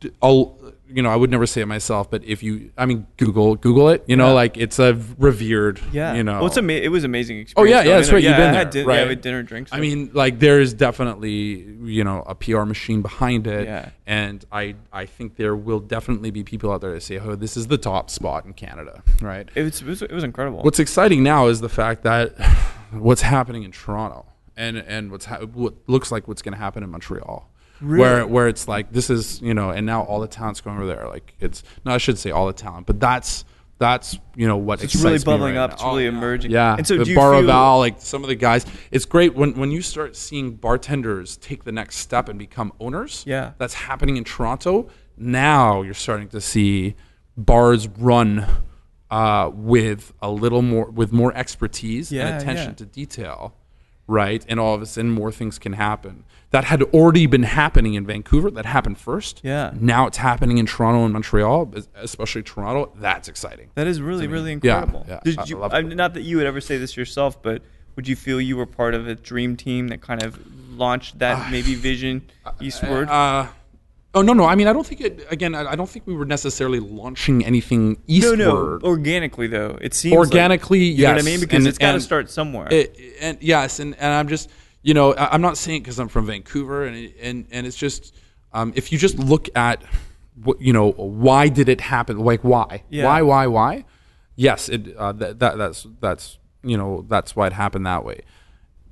S2: d- I'll you know I would never say it myself, but if you, I mean, Google Google it. You know,
S1: Yeah.
S2: like it's a revered.
S1: Yeah,
S2: You know,
S1: well, it's ama- it was amazing
S2: Oh
S1: experience.
S2: yeah,
S1: though.
S2: yeah,
S1: I
S2: that's
S1: mean,
S2: right. You've
S1: yeah,
S2: been
S1: I
S2: there,
S1: had din-
S2: right?
S1: Yeah, we had dinner and drinks.
S2: I
S1: there.
S2: mean, like there is definitely you know a PR machine behind it,
S1: Yeah.
S2: and I I think there will definitely be people out there that say, oh, this is the top spot in Canada, right?
S1: it was it was, it was incredible.
S2: What's exciting now is the fact that what's happening in Toronto and and what's ha- what looks like what's going to happen in Montreal. Where where it's like this is you know and now all the talent's going over there like it's no I should say all the talent but that's that's you know what
S1: it's really
S2: excites me
S1: bubbling
S2: right
S1: up.
S2: now.
S1: It's
S2: Oh,
S1: really
S2: yeah.
S1: emerging.
S2: Yeah.
S1: and so
S2: the
S1: do you
S2: Bar
S1: feel,
S2: of Al, like some of the guys. It's great when, when you start seeing bartenders take the next step and become owners.
S1: Yeah.
S2: That's happening in Toronto. Now you're starting to see bars run uh, with a little more with more expertise
S1: Yeah,
S2: and attention
S1: yeah.
S2: to detail. Right, and all of a sudden, more things can happen. That had already been happening in Vancouver. That happened first.
S1: Yeah.
S2: Now it's happening in Toronto and Montreal, es- especially Toronto. That's exciting.
S1: That is really, really
S2: yeah,
S1: incredible.
S2: yeah, I- I
S1: Did you,
S2: love
S1: I
S2: it.
S1: not that you would ever say this yourself, but would you feel you were part of a dream team that kind of launched that maybe vision eastward?
S2: Ah, Uh, oh no, no. I mean, I don't think it. Again, I, I don't think we were necessarily launching anything
S1: no,
S2: eastward.
S1: no, organically though. It seems like-
S2: Organically,
S1: you know what I
S2: yes,
S1: mean because
S2: and-
S1: it's got to
S2: and
S1: start somewhere.
S2: It, and yes, and, and I'm just you you know, I, I'm not saying because I'm from Vancouver, and it- and and it's just um, if you just look at what you know, why did it happen? Like why?
S1: Yeah.
S2: Why? Why? Why? Yes, it uh, that, that that's that's you know that's why it happened that way.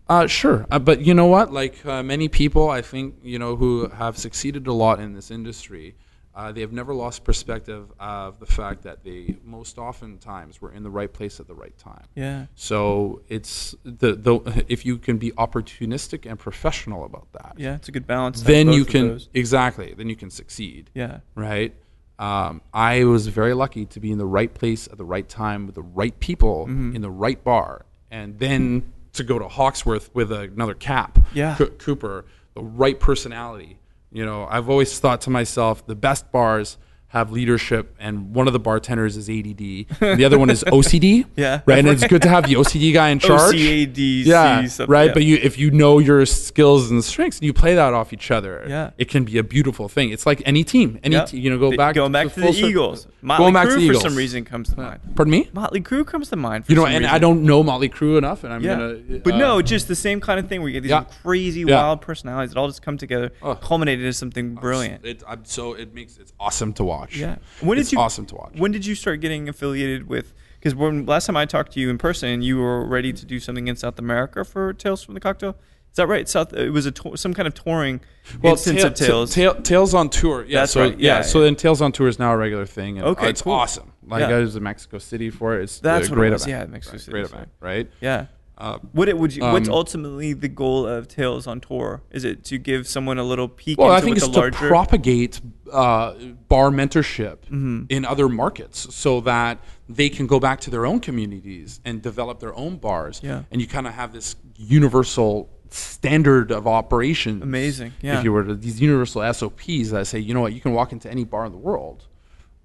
S2: Uh, sure, uh, but you know what? Like uh, many people, I think you know who have succeeded a lot in this industry, uh, they have never lost perspective of the fact that they most oftentimes were in the right place at the right time.
S1: Yeah.
S2: So it's the, the if you can be opportunistic and professional about that,
S1: Yeah, it's a good balance. to have
S2: then
S1: both
S2: you
S1: of
S2: can
S1: those.
S2: exactly then you can succeed.
S1: Yeah.
S2: Right. Um, I was very lucky to be in the right place at the right time with the right people
S1: Mm-hmm.
S2: in the right bar, and then to go to Hawksworth with another cap,
S1: Yeah.
S2: Co- Cooper, the right personality. You know, I've always thought to myself, the best bars have leadership, and one of the bartenders is ADD, and the other one is OCD.
S1: Yeah.
S2: right. And it's good to have the OCD guy in charge.
S1: OCADC
S2: yeah,
S1: something,
S2: right.
S1: yeah.
S2: But you, if you know your skills and strengths, and you play that off each other.
S1: Yeah.
S2: it can be a beautiful thing. It's like any team, any
S1: Yeah.
S2: te- you know, go
S1: The-
S2: back
S1: Going back to the
S2: full cir-
S1: Eagles. Motley
S2: Going back
S1: Crue
S2: to the Eagles
S1: for some reason comes to mind.
S2: Pardon me.
S1: Motley Crue comes to mind. For
S2: You know,
S1: some
S2: and
S1: reason.
S2: I don't know Molly Crew enough, and I'm
S1: Yeah.
S2: gonna.
S1: but
S2: uh,
S1: no, just the same kind of thing where you get these
S2: Yeah.
S1: crazy,
S2: Yeah. Oh.
S1: wild personalities that all just come together, culminated into something brilliant.
S2: It, I'm, so it makes it's awesome to watch.
S1: Yeah.
S2: When
S1: When did
S2: it's
S1: you?
S2: awesome to watch.
S1: When did you start getting affiliated with? Because when last time I talked to you in person, you were ready to do something in South America for Tales from the Cocktail. Is that right? South. It was a to- some kind of touring instance
S2: Tail-
S1: of Tales.
S2: Ta- Tail- Tales on tour. Yeah,
S1: That's
S2: so,
S1: right.
S2: Yeah,
S1: Yeah,
S2: so
S1: yeah.
S2: then Tales on tour is now a regular thing. And, uh,
S1: Okay,
S2: it's
S1: cool.
S2: awesome. Like
S1: Yeah.
S2: I was in Mexico City for it. It's
S1: That's
S2: a
S1: what it
S2: great
S1: was.
S2: event.
S1: Yeah, Mexico
S2: right,
S1: City,
S2: Great
S1: that's
S2: event,
S1: right.
S2: right?
S1: yeah.
S2: Uh,
S1: What it would you, what's
S2: um,
S1: ultimately the goal of Tales on Tour? Is it to give someone a little peek
S2: Well,
S1: into
S2: I
S1: what
S2: think it's
S1: the larger?
S2: to propagate uh, bar mentorship
S1: Mm-hmm.
S2: in other markets so that they can go back to their own communities and develop their own bars.
S1: Yeah.
S2: And you kind of have this universal standard of operations.
S1: Amazing, yeah.
S2: If you were to, these universal SOPs that say, you know what, you can walk into any bar in the world.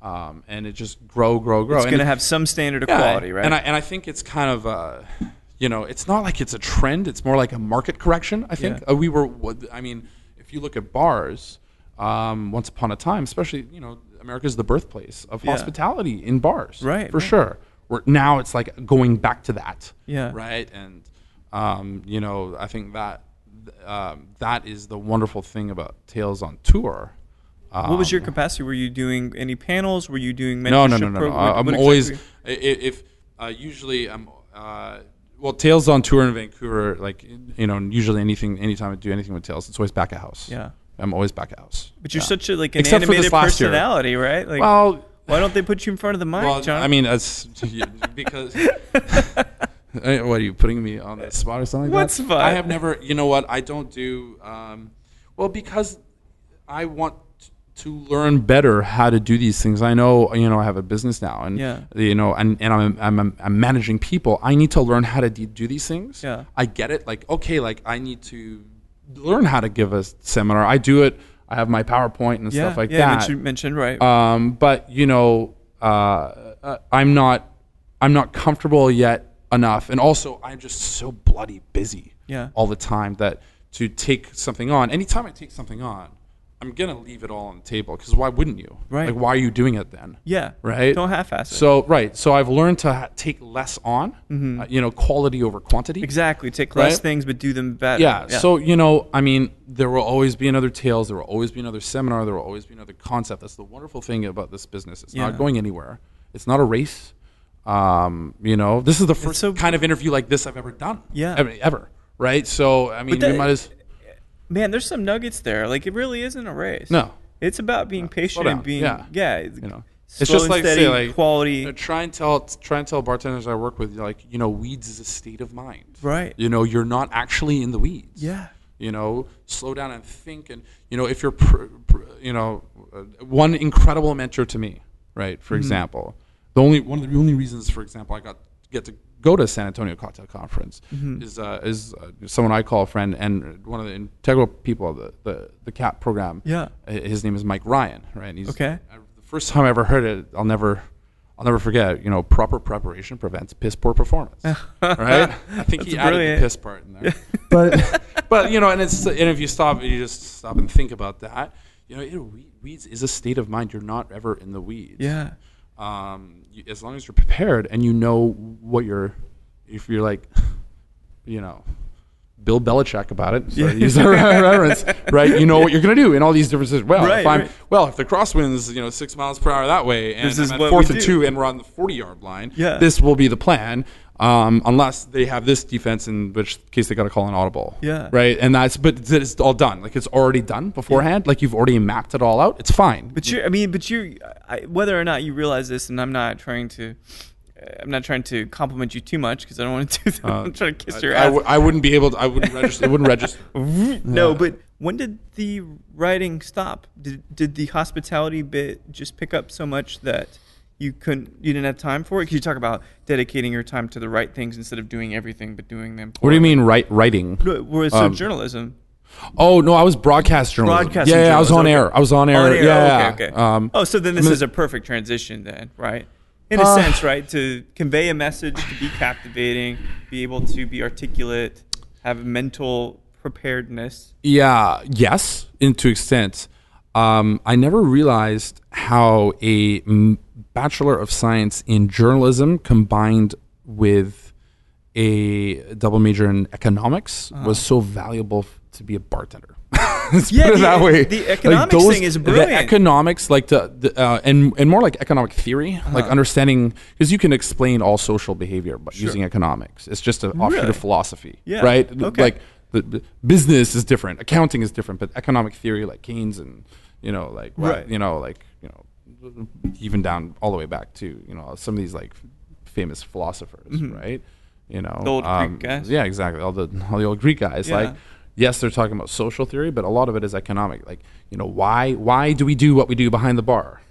S2: Um, and it just grow, grow, grow.
S1: it's
S2: And
S1: going
S2: it-
S1: to have some standard of
S2: yeah,
S1: quality, right?
S2: And I and I think it's kind of uh, you know, it's not like it's a trend. It's more like a market correction. I think
S1: Yeah.
S2: uh, we were. what- I mean, if you look at bars, um, once upon a time, especially you know, America's the birthplace of
S1: Yeah.
S2: hospitality in bars,
S1: Right,
S2: For
S1: right.
S2: sure. We're, now it's like going back to that,
S1: Yeah.
S2: right. And um, you know, I think that th- um, that is the wonderful thing about Tales on Tour.
S1: what was your capacity? Were you doing any panels? Were you doing mentorship
S2: Um, No, no, no, no. no.
S1: program-
S2: I-
S1: what-
S2: I'm
S1: what
S2: always i-
S1: exactly-
S2: i- if uh, usually I'm uh, well. Tails on tour in Vancouver, like you know, usually anything, anytime I do anything with Tails, it's always back at house.
S1: Yeah.
S2: I'm always back at house.
S1: But you're
S2: Yeah.
S1: such a like an
S2: Except for this
S1: animated
S2: last year.
S1: personality, right? Like,
S2: well.
S1: why don't they put you in front of the mic,
S2: Well,
S1: John?
S2: I mean, that's because. Eh, what are you putting me on the spot or something? Like
S1: What's
S2: that?
S1: fun?
S2: I have never. You know what? I don't do. Um, well, because I want t- to learn better how to do these things. I know. You know, I have a business now, and
S1: Yeah.
S2: you know, and, and I'm, I'm I'm managing people. I need to learn how to de- do these things.
S1: Yeah.
S2: I get it. Like, okay, like I need to learn how to give a seminar. I do it. I have my PowerPoint and
S1: yeah,
S2: stuff like
S1: yeah,
S2: that.
S1: Mentioned, mentioned, right?
S2: Um, but you know, uh, uh, I'm not, I'm not comfortable yet enough, and also I'm just so bloody busy,
S1: Yeah.
S2: all the time that to take something on. Anytime I take something on, I'm gonna leave it all on the table because why wouldn't you?
S1: Right.
S2: Like, why are you doing it then?
S1: yeah,
S2: Right.
S1: Don't half-ass it.
S2: So right, so I've learned to ha- take less on, uh, you know, quality over quantity.
S1: Mm-hmm. exactly. Take less
S2: Right?
S1: things, but do them better.
S2: Yeah, So you know, I mean, there will always be another tales. There will always be another seminar. There will always be another concept. That's the wonderful thing about this business. It's
S1: Yeah.
S2: not going anywhere. It's not a race. Um, you know, this is the first
S1: so-
S2: kind of interview like this I've ever done.
S1: Yeah.
S2: I mean, ever. Right. So I mean,
S1: that-
S2: we might as
S1: man, there's some nuggets there. Like it really isn't a race.
S2: No.
S1: it's about being patient
S2: down.
S1: and being yeah,
S2: Yeah.
S1: you
S2: you
S1: know,
S2: know.
S1: slow and steady, quality.
S2: you know, try and tell try and tell bartenders I work with like you know weeds is a state of mind.
S1: Right.
S2: You know you're not actually in the weeds.
S1: Yeah.
S2: You know, slow down and think, and you know if you're, pr- pr- you know, uh, one incredible mentor to me, right?
S1: Mm-hmm.
S2: For example, the only one of the only reasons, for example, I got get to go to San Antonio Cocktail Conference
S1: Mm-hmm.
S2: is uh, is uh, someone I call a friend and one of the integral people of the the, the CAP program.
S1: Yeah.
S2: Uh, His name is Mike Ryan, right? And he's
S1: Okay.
S2: I, the first time I ever heard it, I'll never, I'll never forget. You know, proper preparation prevents piss poor performance. right? I think he
S1: That's
S2: added
S1: brilliant.
S2: the piss part in there. but, but you know, and it's and if you stop, you just stop and think about that. You know, it, we- weeds is a state of mind. You're not ever in the weeds.
S1: yeah,
S2: Um, you, as long as you're prepared and you know what you're, if you're like, you know, Bill Belichick about it. So use that re- reference, right? You know what you're going to do in all these differences. Well,
S1: Right,
S2: if I'm,
S1: right.
S2: well, if the crosswind's you know six miles per hour that way, and
S1: This is
S2: I'm at
S1: what we
S2: fourth and
S1: do.
S2: two, and we're on the 40 yard line,
S1: Yeah.
S2: this will be the plan. Um, unless they have this defense, in which case they got to call an audible,
S1: Yeah.
S2: right? And that's but it's all done. Like it's already done beforehand. Like you've already mapped it all out. It's fine.
S1: But you, I mean, but you, I, whether or not you realize this, and I'm not trying to, uh, I'm not trying to compliment you too much because I don't want to do that. I'm trying to kiss your
S2: Uh, I,
S1: ass.
S2: w- I wouldn't be able to. I wouldn't register. It wouldn't register.
S1: no, but when did the writing stop? Did did the hospitality bit just pick up so much that you couldn't, you didn't have time for it? Because you talk about dedicating your time to the right things instead of doing everything but doing them.
S2: What do you Um, mean, right? Writing?
S1: No, whereas so journalism.
S2: Oh no, I was broadcast journalism.
S1: Broadcast
S2: yeah,
S1: and
S2: yeah, I was on
S1: journalism, okay.
S2: air. I was on air.
S1: Oh, yeah,
S2: Yeah.
S1: Okay. okay.
S2: Um,
S1: oh, so then this
S2: I mean-
S1: is a perfect transition, then, right? In a
S2: Uh,
S1: sense, right, to convey a message, to be captivating, be able to be articulate, have mental preparedness.
S2: Yeah. Yes, in to extent. Um, I never realized how a mm, bachelor of science in journalism combined with a double major in economics was so valuable f- to be a bartender.
S1: Uh-huh.
S2: Let's
S1: Yeah,
S2: put it
S1: the-
S2: that way.
S1: the economics thing is brilliant.
S2: The economics, like the, the uh, and and more like economic theory,
S1: Uh-huh.
S2: like understanding because you can explain all social behavior, but using economics, it's just an offshoot
S1: Really?
S2: of philosophy,
S1: Yeah,
S2: right?
S1: okay.
S2: Like the, the business is different, accounting is different, but economic theory like Keynes and you know like what-
S1: Right.
S2: you know like you know even down all the way back to you know some of these like famous philosophers, right? You know,
S1: Mm-hmm.
S2: um,
S1: old Greek guys.
S2: Yeah, exactly. All the all the old Greek guys.
S1: Yeah.
S2: Like, yes, they're talking about social theory, but a lot of it is economic. Like, you know, why why do we do what we do behind the bar?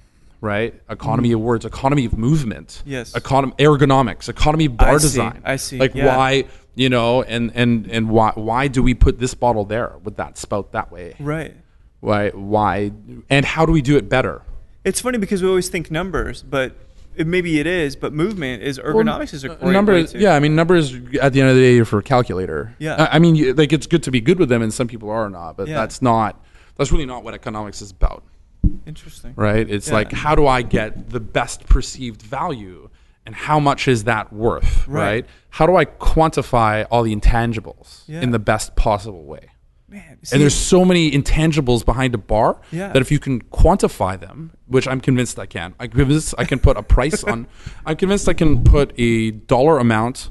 S2: Right? Economy of words, economy of movement.
S1: Mm. Yes.
S2: Econom- ergonomics, economy of bar
S1: see,
S2: design.
S1: I see,
S2: Like
S1: yeah.
S2: why you know, and and and why why do we put this bottle there with that spout that way?
S1: Right.
S2: Why why and how do we do it better?
S1: It's funny because we always think numbers, but it, maybe it is, but movement is ergonomics is a great way
S2: numbers
S1: to-
S2: yeah i mean numbers at the end of the day are for a calculator
S1: Yeah.
S2: i, I mean you, like it's good to be good with them and some people are not but
S1: Yeah.
S2: that's not that's really not what economics is about
S1: Interesting.
S2: right it's
S1: Yeah.
S2: like how do i get the best perceived value and how much is that worth
S1: Right.
S2: right, how do i quantify all the intangibles
S1: Yeah.
S2: in the best possible way
S1: Man,
S2: and
S1: see,
S2: there's so many intangibles behind a bar
S1: Yeah.
S2: that if you can quantify them, which I'm convinced I can, I'm convinced I can put a price on, I'm convinced I can put a dollar amount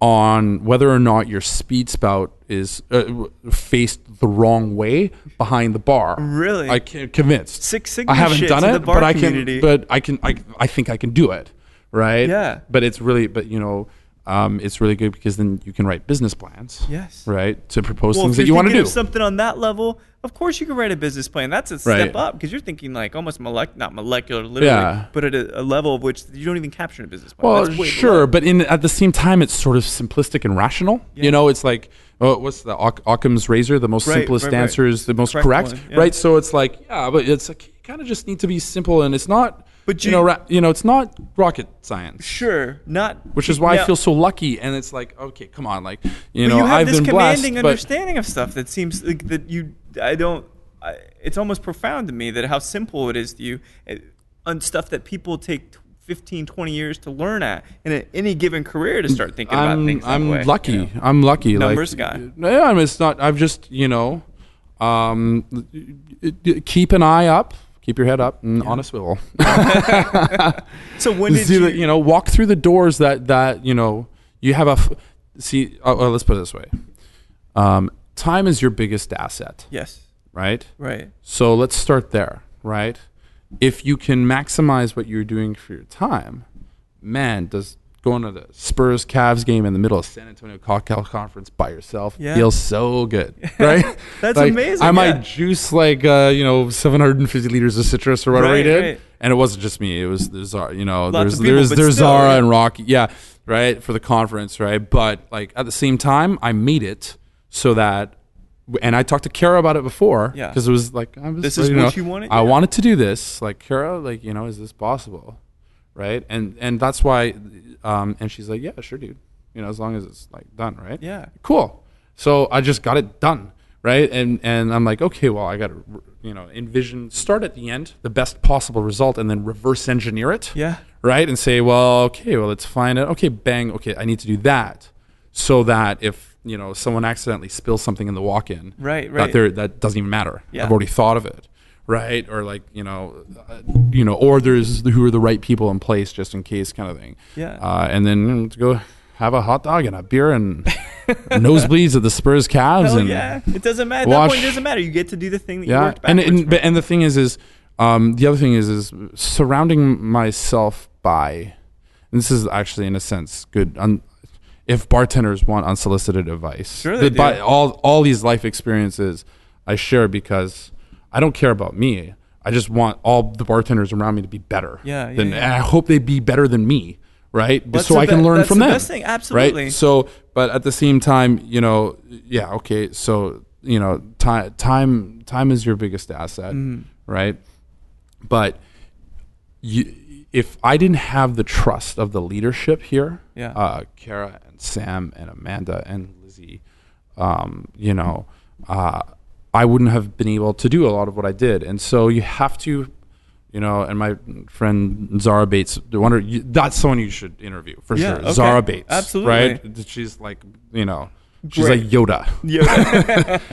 S2: on whether or not your speed spout is uh, w- faced the wrong way behind the bar.
S1: Really?
S2: I can convinced.
S1: Six Sigma
S2: I haven't
S1: shits
S2: done
S1: in
S2: it,
S1: the bar
S2: but I
S1: community.
S2: can. But I can. I, I think I can do it. Right.
S1: Yeah.
S2: But it's really. But you know. Um, it's really good because then you can write business plans,
S1: Yes.
S2: right, to propose
S1: well, if
S2: things
S1: you're
S2: that you want to
S1: thinking of
S2: do.
S1: something on that level, of course you can write a business plan. That's a step
S2: Right.
S1: up because you're thinking like almost molec- not molecular, literally,
S2: Yeah.
S1: but at a, a level of which you don't even capture in a business plan.
S2: Well,
S1: That's way below.
S2: sure, but in at the same time, it's sort of simplistic and rational.
S1: Yeah.
S2: You know, it's like oh, what's the Oc- Occam's razor? The most
S1: Right,
S2: simplest
S1: right, right.
S2: answer is the most
S1: Correct
S2: correct,
S1: one, yeah.
S2: right? So it's like yeah, but it's like you kind of just need to be simple, and it's not.
S1: But
S2: But
S1: you-
S2: you, know, ra- you know, it's not rocket science,
S1: sure, not.
S2: which is why
S1: now-
S2: I feel so lucky. And it's like okay, come on, like
S1: but
S2: you know,
S1: you have
S2: I've
S1: this
S2: been
S1: commanding
S2: blessed, but
S1: understanding of stuff that seems like that you. I don't. I, it's almost profound to me that how simple it is to you eh, on stuff that people take. 15, 20 years to learn at in a, any given career to start thinking about
S2: I'm
S1: things. that
S2: I'm
S1: way, you
S2: lucky.
S1: know?
S2: I'm lucky. like-
S1: Numbers guy.
S2: No, yeah, I mean, it's not. I've just you know, um, keep an eye up, keep your head up, and on a swivel.
S1: So when did
S2: see
S1: you,
S2: that you know walk through the doors that that you know you have a f- see oh, oh, let's put it this way um, time is your biggest asset
S1: Yes,
S2: right
S1: right.
S2: so let's start there right if you can maximize what you're doing for your time man does going to the spurs Cavs game in the middle of san antonio cocktail conference by yourself
S1: Yeah.
S2: feels so good right
S1: That's
S2: Like,
S1: amazing,
S2: i might
S1: yeah.
S2: juice like uh, you know 750 liters of citrus or whatever
S1: Right,
S2: I did
S1: right.
S2: and it wasn't just me it was the Zara, you know
S1: Lots of
S2: there's
S1: people,
S2: there's
S1: but
S2: there's
S1: still,
S2: Zara
S1: yeah.
S2: and Rocky, yeah, right for the conference, right? But like at the same time, I made it so that, and I talked to Kara about it before,
S1: Yeah.
S2: because it was like I was,
S1: This is
S2: you know,
S1: what you wanted?
S2: I
S1: Yeah.
S2: wanted to do this, like Kara, like you know, is this possible, right? And and that's why, um, and she's like, yeah, sure, dude, you know, as long as it's like done, right?
S1: Yeah.
S2: cool. So I just got it done, right? And and I'm like, okay, well, I got to you know envision start at the end, the best possible result, and then reverse engineer it,
S1: Yeah.
S2: right? And say, well, okay, well, let's find out. Okay, bang. Okay, I need to do that so that if you know someone accidentally spills something in the walk-in
S1: Right,
S2: that
S1: right.
S2: they're that doesn't even matter
S1: Yeah.
S2: i've already thought of it right or like you know uh, you know or there's the- who are the right people in place just in case kind of thing
S1: Yeah.
S2: uh, and then mm, to go have a hot dog and a beer and nosebleeds at the spurs Cavs
S1: Hell
S2: and
S1: yeah. It doesn't matter. At that
S2: Oh, Wash-
S1: point, it doesn't matter. You get to do the thing that you
S2: yeah
S1: worked
S2: and
S1: backwards
S2: and, but- and the thing is is um, the other thing is is surrounding myself by and this is actually in a sense good un, if bartenders want unsolicited advice
S1: Sure they
S2: the bi-
S1: do.
S2: all all these life experiences I share because I don't care about me I just want all the bartenders around me to be better
S1: Yeah, yeah,
S2: than,
S1: yeah.
S2: and I hope they be better than me right
S1: That's
S2: so
S1: the
S2: I can
S1: be-
S2: learn
S1: that's
S2: from
S1: the
S2: them
S1: best thing, absolutely.
S2: right so but at the same time you know yeah okay so you know time time time is your biggest asset
S1: Mm-hmm.
S2: right but you, if i didn't have the trust of the leadership here
S1: Yeah.
S2: uh kara and sam and amanda and lizzie um you know uh i wouldn't have been able to do a lot of what i did and so you have to you know, and my friend Zara Bates, the wonder you, that's someone you should interview for
S1: Yeah,
S2: sure.
S1: okay.
S2: Zara Bates,
S1: Absolutely.
S2: right? she's like you know she's
S1: Great.
S2: like yoda
S1: Yeah.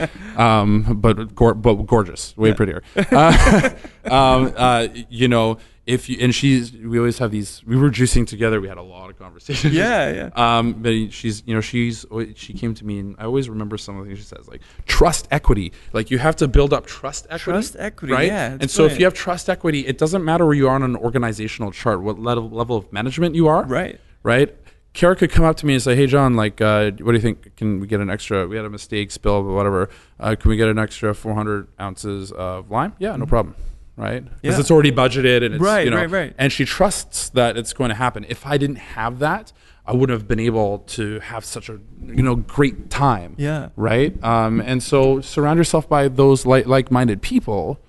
S2: um but gor- but gorgeous way prettier uh, um uh you know if you and she's we always have these we were juicing together we had a lot of conversations
S1: Yeah, yeah.
S2: um but she's you know she's oh, she came to me and i always remember some of the things she says like trust equity like you have to build up trust equity
S1: Trust equity,
S2: right
S1: yeah, that's
S2: and so if
S1: right.
S2: you have trust equity it doesn't matter where you are on an organizational chart what level level of management you are
S1: Right.
S2: right? Kara could come up to me and say, "Hey, John, like, uh, what do you think? Can we get an extra? We had a mistake spill, but whatever. Uh, can we get an extra 400 ounces of lime? Yeah, no problem, right? Because
S1: Yeah.
S2: it's already budgeted and it's
S1: Right,
S2: you know,
S1: right, right.
S2: And she trusts that it's going to happen. If I didn't have that, I wouldn't have been able to have such a you know great time.
S1: Yeah.
S2: right. Um, and so surround yourself by those like like-minded people.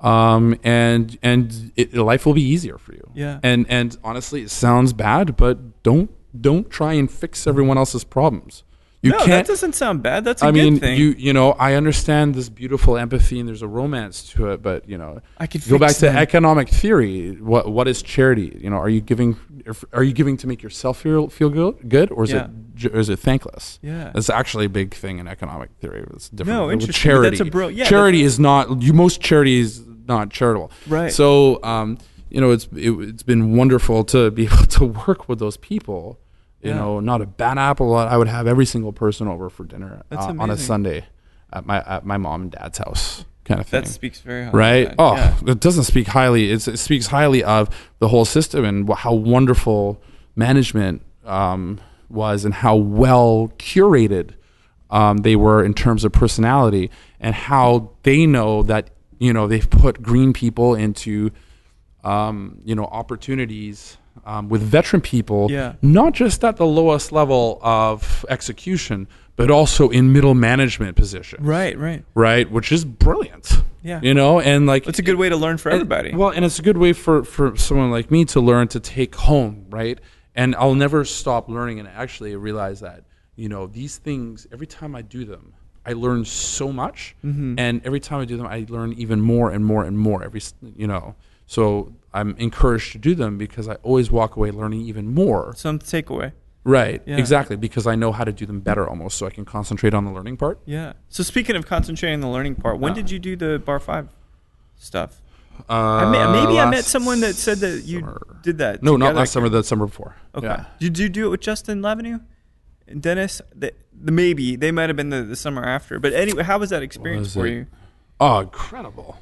S2: Um and and it, life will be easier for you
S1: Yeah.
S2: and and honestly it sounds bad but don't don't try and fix everyone else's problems you
S1: no, that
S2: can't
S1: doesn't sound bad. That's a
S2: i
S1: good
S2: mean
S1: thing.
S2: you you know i understand this beautiful empathy and there's a romance to it but you know
S1: I could
S2: go back
S1: fix
S2: to
S1: them.
S2: economic theory what what is charity you know are you giving if- are you giving to make yourself feel feel good, good or is
S1: Yeah.
S2: it ju- or is it thankless
S1: Yeah.
S2: that's actually a big thing in economic theory it's different
S1: No,
S2: With
S1: interesting, but
S2: charity
S1: that's a bro- yeah,
S2: charity is not you most charity is not charitable
S1: Right.
S2: so um you know it's it, it's been wonderful to be able to work with those people you
S1: Yeah.
S2: know not a bad apple i would have every single person over for dinner
S1: That's
S2: Uh, on a
S1: amazing.
S2: Sunday at my at my mom and dad's house kind of thing.
S1: that speaks very highly.
S2: right?
S1: of that.
S2: Oh,
S1: Yeah.
S2: it doesn't speak highly. It's, it speaks highly of the whole system and wh- how wonderful management um, was and how well curated um, they were in terms of personality and how they know that you know they've put green people into um, you know opportunities um, with veteran people
S1: Yeah.
S2: not just at the lowest level of execution, but also in middle management positions,
S1: Right, right.
S2: right? Which is brilliant.
S1: Yeah.
S2: You know, and like
S1: That's a good way to learn for everybody.
S2: well, and it's a good way for for someone like me to learn to take home, right? And I'll never stop learning and actually realize that, you know, these things every time I do them, I learn so much
S1: Mm-hmm.
S2: and every time I do them I learn even more and more and more every s- you know. So I'm encouraged to do them because I always walk away learning even more.
S1: Some takeaway.
S2: Right.
S1: Yeah.
S2: Exactly. Because I know how to do them better almost so I can concentrate on the learning part.
S1: Yeah. So speaking of concentrating on the learning part, when did you do the bar five stuff?
S2: Uh,
S1: I may, maybe I met
S2: last
S1: someone that said that you
S2: summer.
S1: did that.
S2: No, not
S1: together.
S2: last summer, the summer before.
S1: Okay.
S2: Yeah.
S1: Did you do it with Justin Lavenue and Dennis? The, the maybe they might have been the, the summer after. But anyway, how was that experience
S2: was
S1: for
S2: it?
S1: you?
S2: Oh, incredible.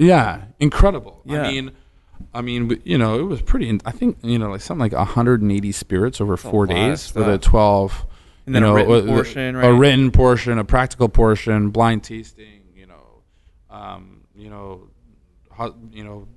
S2: Yeah, incredible.
S1: Yeah.
S2: I mean, I mean, but, you know, it was pretty. in- I think you know, like something like 180 spirits over four
S1: lot of
S2: days with a
S1: stuff.
S2: 12.
S1: And then
S2: you
S1: a
S2: know,
S1: written
S2: with-
S1: portion,
S2: a
S1: right?
S2: written portion, a practical portion, blind tasting. You know, um, you know, hot, you know,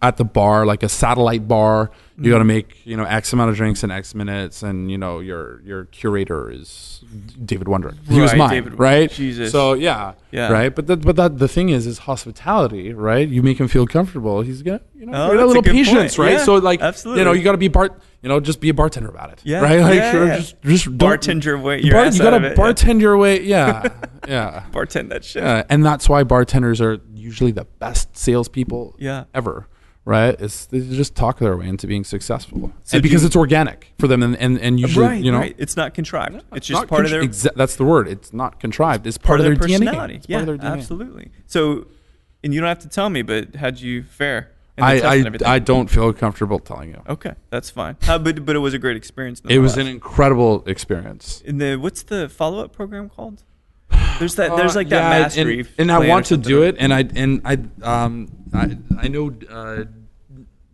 S2: at the bar, like a satellite bar. You
S1: Mm-hmm.
S2: got to make you know X amount of drinks in X minutes, and you know your your curator is David Wondrick. He was
S1: Right,
S2: mine,
S1: David-
S2: right?
S1: Jesus.
S2: So Oh, yeah,
S1: Yeah.
S2: right. But that, but that the thing is, is hospitality, right? You make him feel comfortable. He's gonna you know
S1: Oh,
S2: you got
S1: that's a
S2: a little
S1: good
S2: patience,
S1: point.
S2: right?
S1: Yeah,
S2: so like you know
S1: absolutely.
S2: you got to be Bart. You know, just be a bartender about it,
S1: Yeah,
S2: right? Like
S1: yeah,
S2: you're
S1: yeah.
S2: just just don't-
S1: Bartend your way- your ass
S2: you
S1: out
S2: gotta
S1: of it, yeah.
S2: bartend your way, yeah, yeah.
S1: Bartend that shit.
S2: Yeah, and that's why bartenders are usually the best salespeople
S1: Yeah.
S2: ever, right? It's they just talk their way into being successful,
S1: So
S2: and
S1: do
S2: because
S1: you-
S2: it's organic for them, and and, and usually
S1: right,
S2: you know.
S1: right. It's not contrived. it's
S2: it's
S1: just
S2: not
S1: part of
S2: contr-
S1: their
S2: exa- that's the word. It's not contrived. It's part, of their,
S1: personality.
S2: DNA. It's
S1: yeah,
S2: part of their DNA.
S1: absolutely. So, and you don't have to tell me, but how'd you fare? in the
S2: I,
S1: test and
S2: I,
S1: everything?
S2: I don't feel comfortable telling you.
S1: okay, that's fine. Uh, but but it was a great experience.
S2: It was an
S1: nonetheless.
S2: incredible experience.
S1: in the what's the follow up program called? There's that. There's
S2: Uh,
S1: like that
S2: yeah,
S1: mastery.
S2: And, and I
S1: plan or
S2: want to
S1: something,
S2: do
S1: right?
S2: it, and I and I um I I know uh,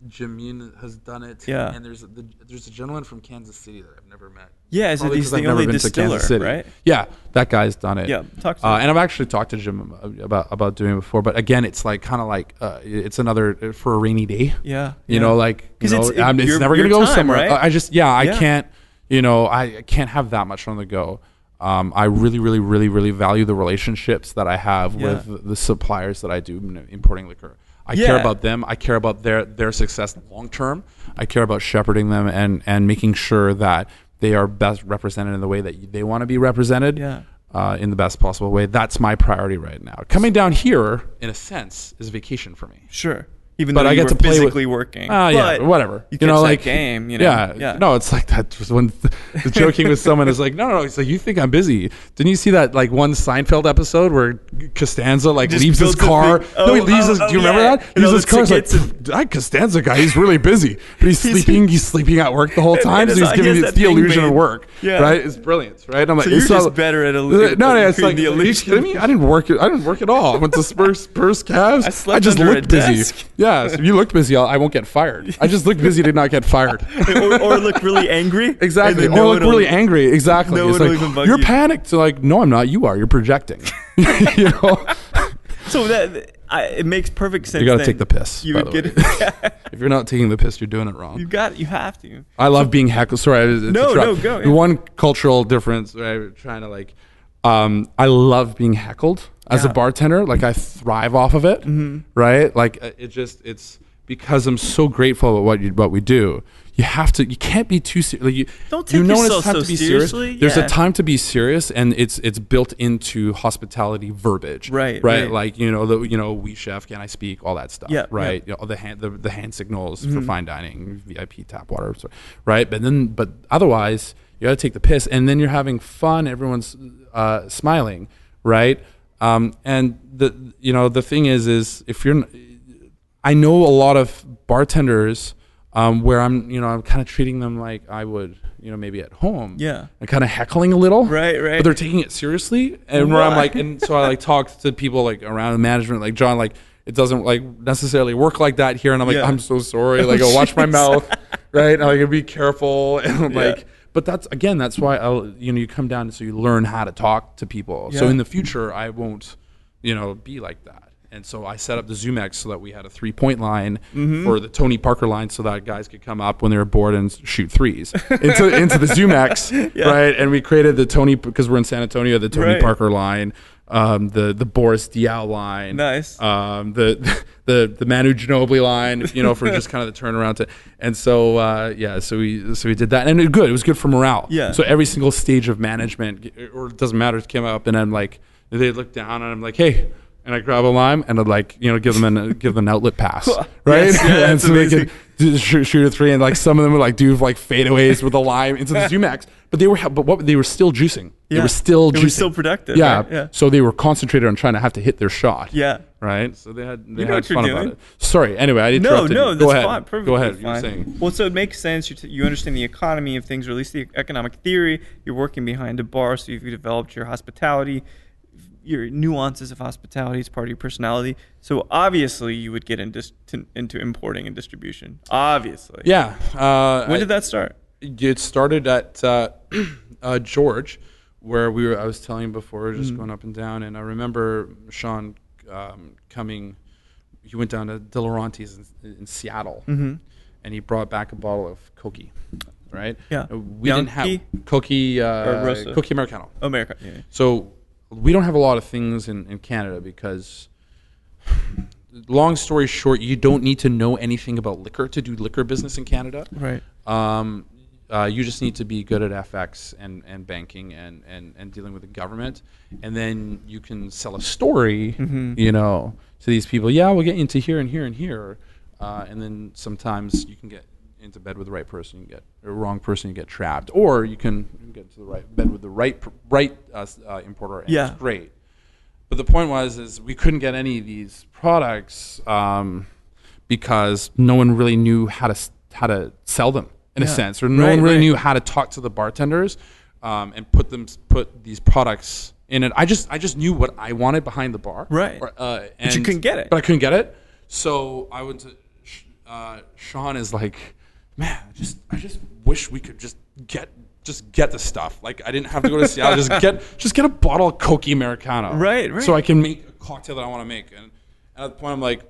S2: Jamin has done it.
S1: Yeah.
S2: And there's a, the, there's a gentleman from Kansas City that I've never met.
S1: Yeah, is it
S2: Probably
S1: he's
S2: 'cause I've
S1: the
S2: never
S1: only
S2: been to
S1: distiller,
S2: Kansas City.
S1: right?
S2: Yeah, that guy's done it.
S1: Yeah, talk to
S2: uh,
S1: him.
S2: And I've actually talked to Jim about about doing it before, but again, it's like kind of like uh, it's another for a rainy day.
S1: Yeah,
S2: You
S1: yeah.
S2: know, like you
S1: 'Cause
S2: know,
S1: it's-
S2: it's,
S1: it-
S2: I'm, it's
S1: your-
S2: never gonna
S1: your
S2: go
S1: time,
S2: somewhere.
S1: right?
S2: I just yeah, I
S1: Yeah.
S2: can't. You know, I I can't have that much on the go. Um, I really, really, really, really value the relationships that I have
S1: Yeah.
S2: with the suppliers that I do you know, importing liquor. I
S1: Yeah.
S2: care about them. I care about their their success long term. I care about shepherding them and and making sure that they are best represented in the way that they want to be represented.
S1: Yeah.
S2: Uh, in the best possible way. That's my priority right now. Coming down here, in a sense, is vacation for me.
S1: Sure. Even
S2: But
S1: though
S2: I
S1: you
S2: get
S1: were
S2: to play with-
S1: physically working.
S2: Oh yeah,
S1: But
S2: whatever.
S1: You, know, like game. You know.
S2: Yeah, No, it's like that was when the joking with someone is like, no, no, no. It's like you think I'm busy. Didn't you see that like one Seinfeld episode where Costanza like
S1: Just
S2: leaves his
S1: builds a
S2: car?
S1: big-
S2: no, he
S1: oh,
S2: leaves
S1: oh,
S2: his.
S1: oh,
S2: do you remember
S1: yeah.
S2: that?
S1: And
S2: Leaves
S1: all
S2: his
S1: the
S2: car. It's like
S1: tickets and-
S2: "Pff, that Costanza guy. He's really busy, but he's sleeping. He's sleeping at work the whole time.
S1: it's
S2: So he's
S1: like-
S2: giving
S1: he
S2: me
S1: has
S2: it's
S1: that
S2: the
S1: thing
S2: illusion of
S1: made.
S2: work.
S1: Yeah.
S2: Right? It's brilliant. Right? I'm like,
S1: So you're
S2: it's
S1: just
S2: not-
S1: better at illu-
S2: no, no. It's
S1: creating
S2: like
S1: the
S2: are you
S1: illusion.
S2: kidding me? I didn't work. I didn't work at all. I went to Spurs, Spurs, Cavs. I
S1: slept
S2: just
S1: under a
S2: looked busy.
S1: desk.
S2: Yeah, so if you look busy, I'll, I won't get fired. I just look busy to not get fired.
S1: or, or look really angry.
S2: exactly.
S1: and then no
S2: Or look
S1: one will-
S2: really angry. Exactly.
S1: no
S2: it's
S1: one
S2: like,
S1: will even bug
S2: you're
S1: you."
S2: panicked. So like, no, I'm not. You are. You're projecting. you know?
S1: So that I, it makes perfect sense.
S2: You got to
S1: then.
S2: take the piss.
S1: You
S2: by
S1: would
S2: the
S1: get.
S2: way. if you're not taking the piss, you're doing it wrong.
S1: you got. You have to.
S2: I love being heckled. Sorry, I was it's
S1: No,
S2: a trap.
S1: no, go, yeah.
S2: The One cultural difference. Right, we're trying to like, um, I love being heckled
S1: Yeah.
S2: as
S1: Mm-hmm.
S2: a bartender. Like I thrive off of it. Right, like uh, it just it's because I'm so grateful about what you, what we do. You have to. You can't be too serious. Like you,
S1: Don't
S2: you
S1: take
S2: know when
S1: yourself
S2: it's time
S1: so
S2: to be serious.
S1: seriously,
S2: There's
S1: yeah.
S2: a time to be serious, and it's it's built into hospitality verbiage.
S1: Right,
S2: right.
S1: right.
S2: Like you know the you know we chef can I speak all that stuff.
S1: Yeah, Mm-hmm. yeah.
S2: right you know, the hand the, the hand signals for fine dining, VIP tap water, so, right? But then, but otherwise, you got to take the piss, and then you're having fun. Everyone's uh, smiling, right? Um, and the you know the thing is, is if you're, n- I know a lot of bartenders um, where I'm, you know, I'm kind of treating them like I would, you know, maybe at home,
S1: Yeah.
S2: and kind of heckling a little,
S1: Right, right.
S2: But they're taking it seriously, and where I'm
S1: Why?
S2: like, and so I like talked to people like around management, like John, like it doesn't like necessarily work like that here, and I'm like,
S1: Yeah.
S2: I'm so sorry, like I watch my
S1: jeez.
S2: mouth, right? And, like be careful, and I'm
S1: Yeah.
S2: like, but that's again, that's why I, you know, you come down so you learn how to talk to people. So
S1: Yeah.
S2: in the future, I won't, you know, be like that. And so I set up the Zoom X so that we had a three point line
S1: Mm-hmm.
S2: or the Tony Parker line so that guys could come up when they were bored and shoot threes into, into the Zoom X, right? And we created the Tony, because we're in San Antonio, the Tony
S1: Right.
S2: Parker line, um, the, the Boris Diaw line.
S1: Nice.
S2: Um, the, the, the Manu Ginobili line, you know, for just kind of the turnaround. To, and so, uh, yeah, so we, so we did that. And it good. It was good for morale.
S1: Yeah.
S2: So every single stage of management, or it doesn't matter, came up, and I'm like, they look down, and I'm like, hey, and I grab a lime, and I'd like, you know, give them an give them an outlet pass, right?
S1: Yes, yeah,
S2: and
S1: that's
S2: so they
S1: amazing.
S2: could do- shoot, shoot a three, and like some of them would like do like fadeaways with a lime into the Zumax, but they were ha- but what they were still juicing. They
S1: Yeah.
S2: were still
S1: They
S2: juicing.
S1: were still productive,
S2: Yeah.
S1: right? Yeah.
S2: So they were concentrated on trying to have to hit their shot.
S1: Yeah.
S2: Right. So they had they
S1: know
S2: had
S1: what you're
S2: fun about
S1: doing.
S2: it. Sorry. Anyway, I
S1: No,
S2: interrupted.
S1: no,
S2: you.
S1: that's
S2: Go ahead.
S1: fine. Perfectly
S2: Go ahead. You were
S1: Fine.
S2: saying.
S1: Well, so it makes sense. You, t- you understand the economy of things, or at least the economic theory. You're working behind a bar, so you've developed your hospitality, your nuances of hospitality is part of your personality. So obviously, you would get into into importing and distribution. Obviously.
S2: Yeah. Uh,
S1: When
S2: I-
S1: did that start?
S2: it started at uh, uh, George, where we were. I was telling you before,
S1: Mm-hmm.
S2: just going up and down, and I remember Sean um, coming. He went down to De Laurentiis in, in Seattle,
S1: Mm-hmm.
S2: and he brought back a bottle of Cokie, right?
S1: Yeah.
S2: we didn't
S1: Bianchi?
S2: have Cokie,
S1: Or
S2: uh,
S1: Rosa?
S2: Cokie Americano.
S1: America. Yeah.
S2: So we don't have a lot of things in, in Canada because, long story short, you don't need to know anything about liquor to do liquor business in Canada.
S1: Right.
S2: Um, uh, you just need to be good at FX and, and banking and, and, and dealing with the government. And then you can sell a story, you know, to these people. Yeah, we'll get you into here and here and here. Uh, and then sometimes you can get into bed with the right person, you can get or wrong person, you get trapped, or you can, you can get into the right bed with the right pr- right uh, s- uh, importer, and
S1: Yeah.
S2: it's great. But the point was, is we couldn't get any of these products um, because no one really knew how to s- how to sell them in a sense, or no
S1: Right,
S2: one really
S1: right.
S2: knew how to talk to the bartenders um, and put them put these products in it. I just I just knew what I wanted behind the bar,
S1: Right.
S2: Or, uh,
S1: you
S2: and-
S1: couldn't get it.
S2: But I couldn't get it. So I went to Sh- uh, Sean is like, man, I just I just wish we could just get just get the stuff. Like I didn't have to go to Seattle. just get just get a bottle of Coke Americano.
S1: Right, right.
S2: So I can make a cocktail that I want to make. And at the point I'm like,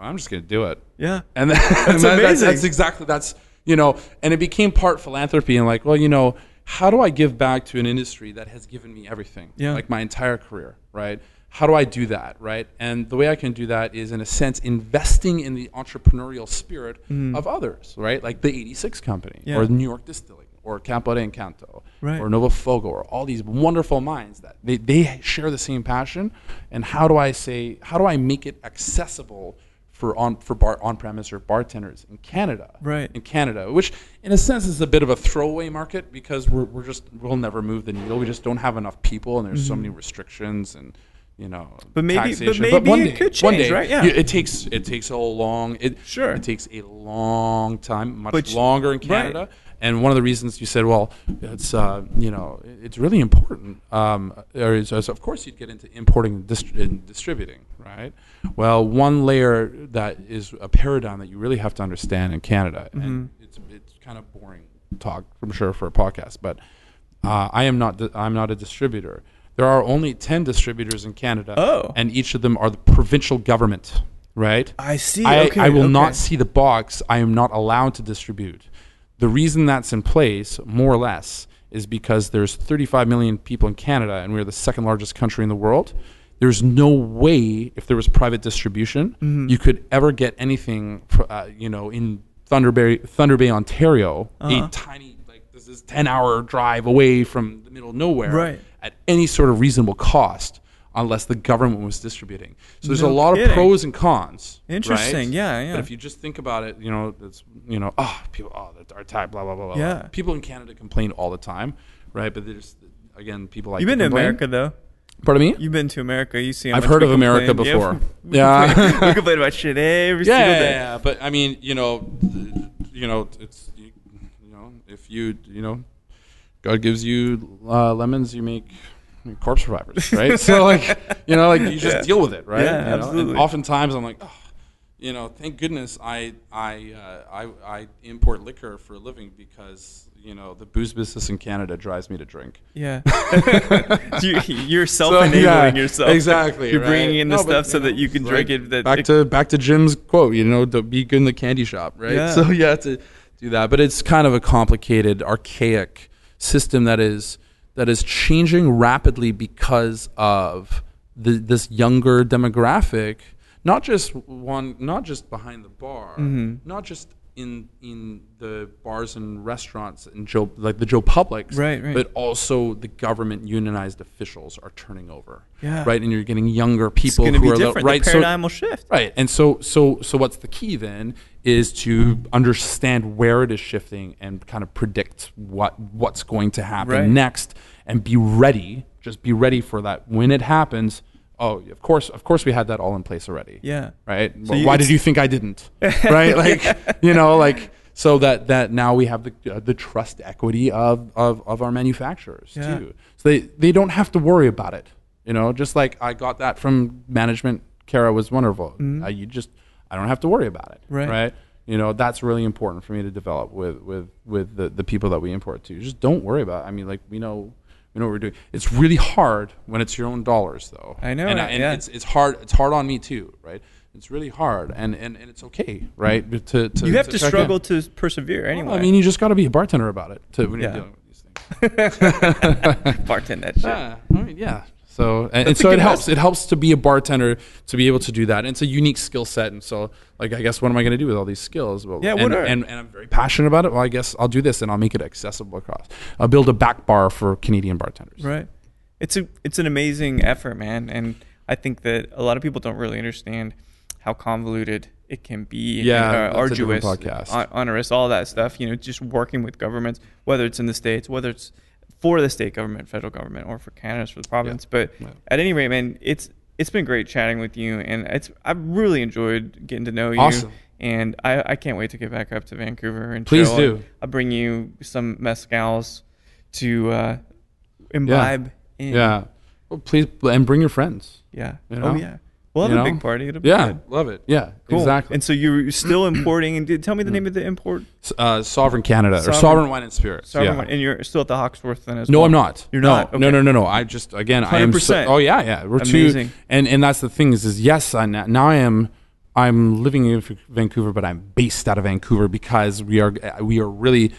S2: I'm just gonna do it.
S1: Yeah.
S2: And then, and that- that's,
S1: amazing.
S2: that's exactly that's you know, and it became part philanthropy and like, well, you know, how do I give back to an industry that has given me everything?
S1: Yeah.
S2: Like my entire career, right? How do I do that, right? And the way I can do that is in a sense investing in the entrepreneurial spirit of others, right? Like the 86 company
S1: Mm-hmm. Yeah.
S2: or the New York Distilling or Campo de Encanto
S1: Right.
S2: or Nova Fogo or all these wonderful minds that they, they share the same passion. And how do I say, how do I make it accessible for on for bar on premise or bartenders in Canada?
S1: Right.
S2: In Canada, which in a sense is a bit of a throwaway market because we're, we're just we'll never move the needle. We just don't have enough people and there's so many restrictions and you know
S1: Mm-hmm. But maybe- but
S2: taxation.
S1: maybe
S2: one
S1: it
S2: day,
S1: could
S2: one
S1: change,
S2: day,
S1: right? Yeah.
S2: you- it takes it takes a long it
S1: Sure.
S2: it takes a long time much
S1: But-
S2: longer in
S1: right.
S2: Canada and one of the reasons you said, well, it's uh, you know, it's really important. Um, or is, is of course you'd get into importing and, dist- and distributing, right? Well, one layer that is a paradigm that you really have to understand in Canada, and
S1: Mm-hmm.
S2: it's it's kind of boring talk, I'm sure, for a podcast. But uh, I am not di- I'm not a distributor. There are only ten distributors in Canada,
S1: Oh.
S2: and each of them are the provincial government, right?
S1: I see.
S2: I,
S1: okay,
S2: I will
S1: okay.
S2: not see the box. I am not allowed to distribute. The reason that's in place, more or less, is because there's 35 million people in Canada, and we're the second largest country in the world. There's no way, if there was private distribution,
S1: Mm-hmm.
S2: you could ever get anything, fr- uh, you know, in Thunder Bay, Thunder Bay, Ontario,
S1: Uh-huh.
S2: a tiny, like this is 10 hour drive away from the middle of nowhere,
S1: Right.
S2: at any sort of reasonable cost, unless the government was distributing. So there's
S1: No
S2: a lot
S1: kidding.
S2: of pros and cons. right?
S1: Interesting. Yeah, yeah.
S2: But if you just think about it, you know, it's you know, oh, people, oh, that's our type, blah blah blah blah.
S1: Yeah.
S2: People in Canada complain all the time, right? But there's again, people like
S1: You've been to
S2: complain.
S1: America though.
S2: Pardon me.
S1: You've been to America. You see. how
S2: I've
S1: much
S2: heard
S1: we
S2: of America
S1: complain.
S2: before.
S1: we
S2: Yeah.
S1: complain- we complain about shit every
S2: yeah,
S1: single
S2: yeah,
S1: day.
S2: yeah, but I mean, you know, th- you know, it's you, you know, if you you know, God gives you uh, lemons, you make corpse survivors, right? so like, you know, like you just
S1: Yeah.
S2: deal with it, right?
S1: Yeah,
S2: You know? And
S1: absolutely.
S2: oftentimes, I'm like. Oh, you know, thank goodness I I, uh, I I import liquor for a living because you know the booze business in Canada drives me to drink.
S1: Yeah. you, you're self-enabling
S2: yeah,
S1: yourself.
S2: Exactly.
S1: You're bringing
S2: right?
S1: in the
S2: No, but,
S1: stuff so
S2: know,
S1: that you can
S2: it's
S1: drink
S2: like
S1: it. That
S2: back
S1: it-
S2: to back to Jim's quote. You know, to be good in the candy shop, right?
S1: Yeah.
S2: So you have to do that, but it's kind of a complicated, archaic system that is that is changing rapidly because of the, this younger demographic. Not just one, not just behind the bar,
S1: Mm-hmm.
S2: not just in in the bars and restaurants and Joe like the Joe Publix,
S1: Right, right.
S2: but also the government unionized officials are turning over.
S1: Yeah.
S2: Right. And you're getting younger people
S1: it's going to
S2: who
S1: be
S2: are lo-
S1: different.
S2: right.
S1: the
S2: so,
S1: paradigm will shift.
S2: right. And so so so what's the key then is to understand where it is shifting and kind of predict what what's going to happen
S1: Right.
S2: next and be ready. Just be ready for that. When it happens, oh of course of course we had that all in place already
S1: Yeah.
S2: right?
S1: So you-
S2: Why
S1: it's-
S2: did you think I didn't? right? Like, you know, like so that that now we have the uh, the trust equity of of of our manufacturers
S1: Yeah.
S2: too. So they they don't have to worry about it. You know, just like I got that from management. Kara was wonderful. Uh, you just I don't have to worry about it.
S1: Mm-hmm. Right.
S2: Right. You know, that's really important for me to develop with with with the the people that we import to. Just don't worry about. It. I mean, like we know. we know what we're doing. It's really hard when it's your own dollars, though.
S1: I know
S2: and,
S1: it,
S2: and
S1: yeah.
S2: it's it's it's hard it's hard on me too right it's really hard and and, and it's okay right But to, to
S1: You have to
S2: check in.
S1: struggle to persevere anyway.
S2: i mean you just got to be a bartender about it to, when
S1: Yeah.
S2: you're dealing with these things
S1: bartend that shit.
S2: yeah, I mean, yeah. So and, and
S1: a
S2: so
S1: good
S2: it helps.
S1: lesson.
S2: It helps to be a bartender to be able to do that. And it's a unique skill set. And so, like, I guess what am I going to do with all these skills? Well,
S1: Yeah,
S2: and,
S1: what are-
S2: and, and I'm very passionate about it. Well, I guess I'll do this and I'll make it accessible across. I'll build a back bar for Canadian bartenders.
S1: Right. It's a it's an amazing effort, man, and I think that a lot of people don't really understand how convoluted it it can be
S2: Yeah,
S1: uh,
S2: that's a
S1: arduous,
S2: different podcast.
S1: on- onerous, all that stuff. You know, just working with governments, whether it's in the states, whether it's for the state government, federal government, or for Canada's for the province. But
S2: Yeah.
S1: at any rate, man, it's it's been great chatting with you, and it's I've really enjoyed getting to know you.
S2: Awesome.
S1: And I, I can't wait to get back up to Vancouver and
S2: Please
S1: chill.
S2: do.
S1: I'll bring you some mezcals to uh, imbibe. in.
S2: Yeah. Well, please and bring your friends.
S1: Yeah.
S2: You
S1: Oh
S2: know?
S1: yeah. We'll have
S2: You
S1: a
S2: know?
S1: big party. It'll be
S2: Yeah,
S1: good.
S2: love it. Yeah,
S1: Cool.
S2: exactly. Mm.
S1: And so you're still importing. And did- tell me the name of the import.
S2: S- uh, Sovereign Canada or
S1: Sovereign-
S2: Sovereign Wine and Spirits.
S1: Sorry,
S2: yeah.
S1: everyone. and you're still at the Hawksworth then as
S2: No,
S1: well.
S2: I'm not.
S1: You're
S2: no,
S1: not.
S2: No,
S1: Okay.
S2: no, no, no. I just again, I am. So,
S1: 100%.
S2: oh yeah, yeah. We're
S1: Amazing.
S2: two. And and that's the thing is, is yes, I, na- now I am. I'm living in Vancouver, but I'm based out of Vancouver because we are uh, we are really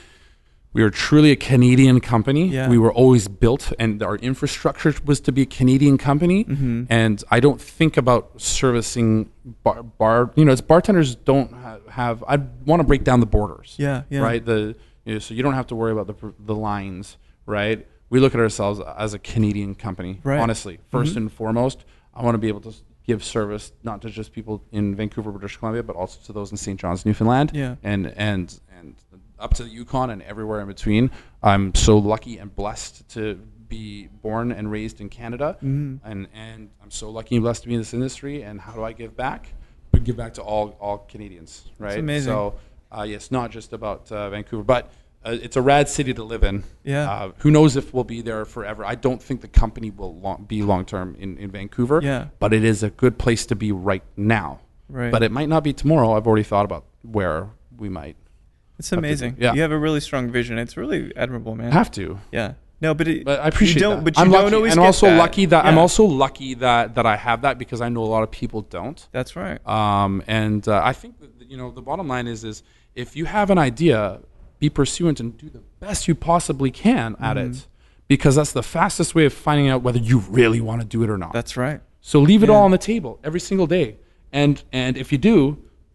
S2: we are truly a Canadian company.
S1: Yeah.
S2: We were always built, and our infrastructure was to be a Canadian company.
S1: Mm-hmm.
S2: And I don't think about servicing bar, bar you know, it's bartenders don't ha- have. I want to break down the borders
S1: Yeah, yeah.
S2: right? The you know, so you don't have to worry about the pr- the lines, right? We look at ourselves as a Canadian company,
S1: Right. Mm-hmm.
S2: honestly. 1st and foremost, I want to be able to s- give service not to just people in Vancouver, British Columbia, but also to those in St. John's, Newfoundland,
S1: Yeah.
S2: and and and up to the Yukon and everywhere in between. I'm so lucky and blessed to be born and raised in Canada,
S1: Mm-hmm.
S2: and and I'm so lucky and blessed to be in this industry. And how do I give back? But give back to all all Canadians, right?
S1: amazing.
S2: So uh, yes, not just about uh, Vancouver, but uh, it's a rad city to live in.
S1: Yeah.
S2: Uh, who knows if we'll be there forever? I don't think the company will long, be long term in, in Vancouver.
S1: Yeah.
S2: But it is a good place to be right now.
S1: Right.
S2: But it might not be tomorrow. I've already thought about where we might
S1: It's amazing.
S2: yeah.
S1: You have a really strong vision. It's really admirable, man.
S2: have to.
S1: yeah. No, but, it,
S2: But I appreciate
S1: you don't,
S2: that.
S1: But you
S2: I'm
S1: don't
S2: lucky,
S1: always
S2: and
S1: get
S2: also
S1: that.
S2: lucky that I'm
S1: Yeah.
S2: also lucky that that I have that because I know a lot of people don't.
S1: That's right.
S2: Um, and uh, I think that, you know the bottom line is is if you have an idea, be pursuant and do the best you possibly can at
S1: Mm-hmm.
S2: it, because that's the fastest way of finding out whether you really want to do it or not.
S1: That's right.
S2: so leave it all on the table every single day, and and if you do,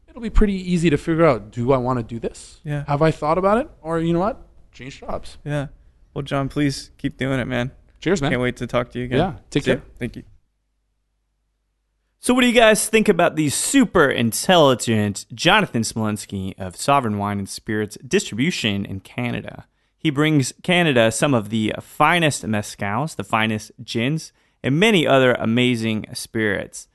S2: it'll be pretty easy to figure out: Do I want to do this?
S1: Yeah.
S2: Have I thought about it? Or you know what? Change jobs.
S1: Yeah. Well, John, please keep doing it, man.
S2: Cheers, man.
S1: Can't wait to talk to you again.
S2: Yeah. Take
S1: See ya.
S2: care.
S1: Thank you. So, what do you guys think about the super intelligent Jonathan Smolensky of Sovereign Wine and Spirits Distribution in Canada? He brings Canada some of the finest mezcals, the finest gins, and many other amazing spirits.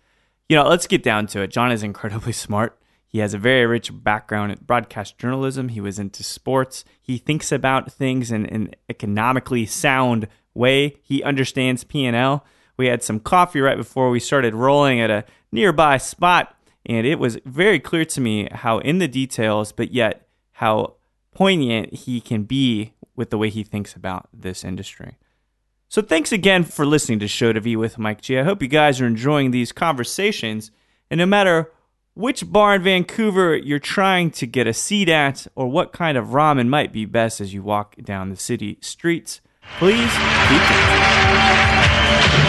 S1: You know, let's get down to it. John is incredibly smart. He has a very rich background in broadcast journalism. He was into sports. He thinks about things in an economically sound way. He understands P&L. We had some coffee right before we started rolling at a nearby spot, and it was very clear to me how in the details, but yet how poignant he can be with the way he thinks about this industry. So thanks again for listening to Show to V with Mike G. I hope you guys are enjoying these conversations. And no matter which bar in Vancouver you're trying to get a seat at or what kind of ramen might be best as you walk down the city streets, please keep it.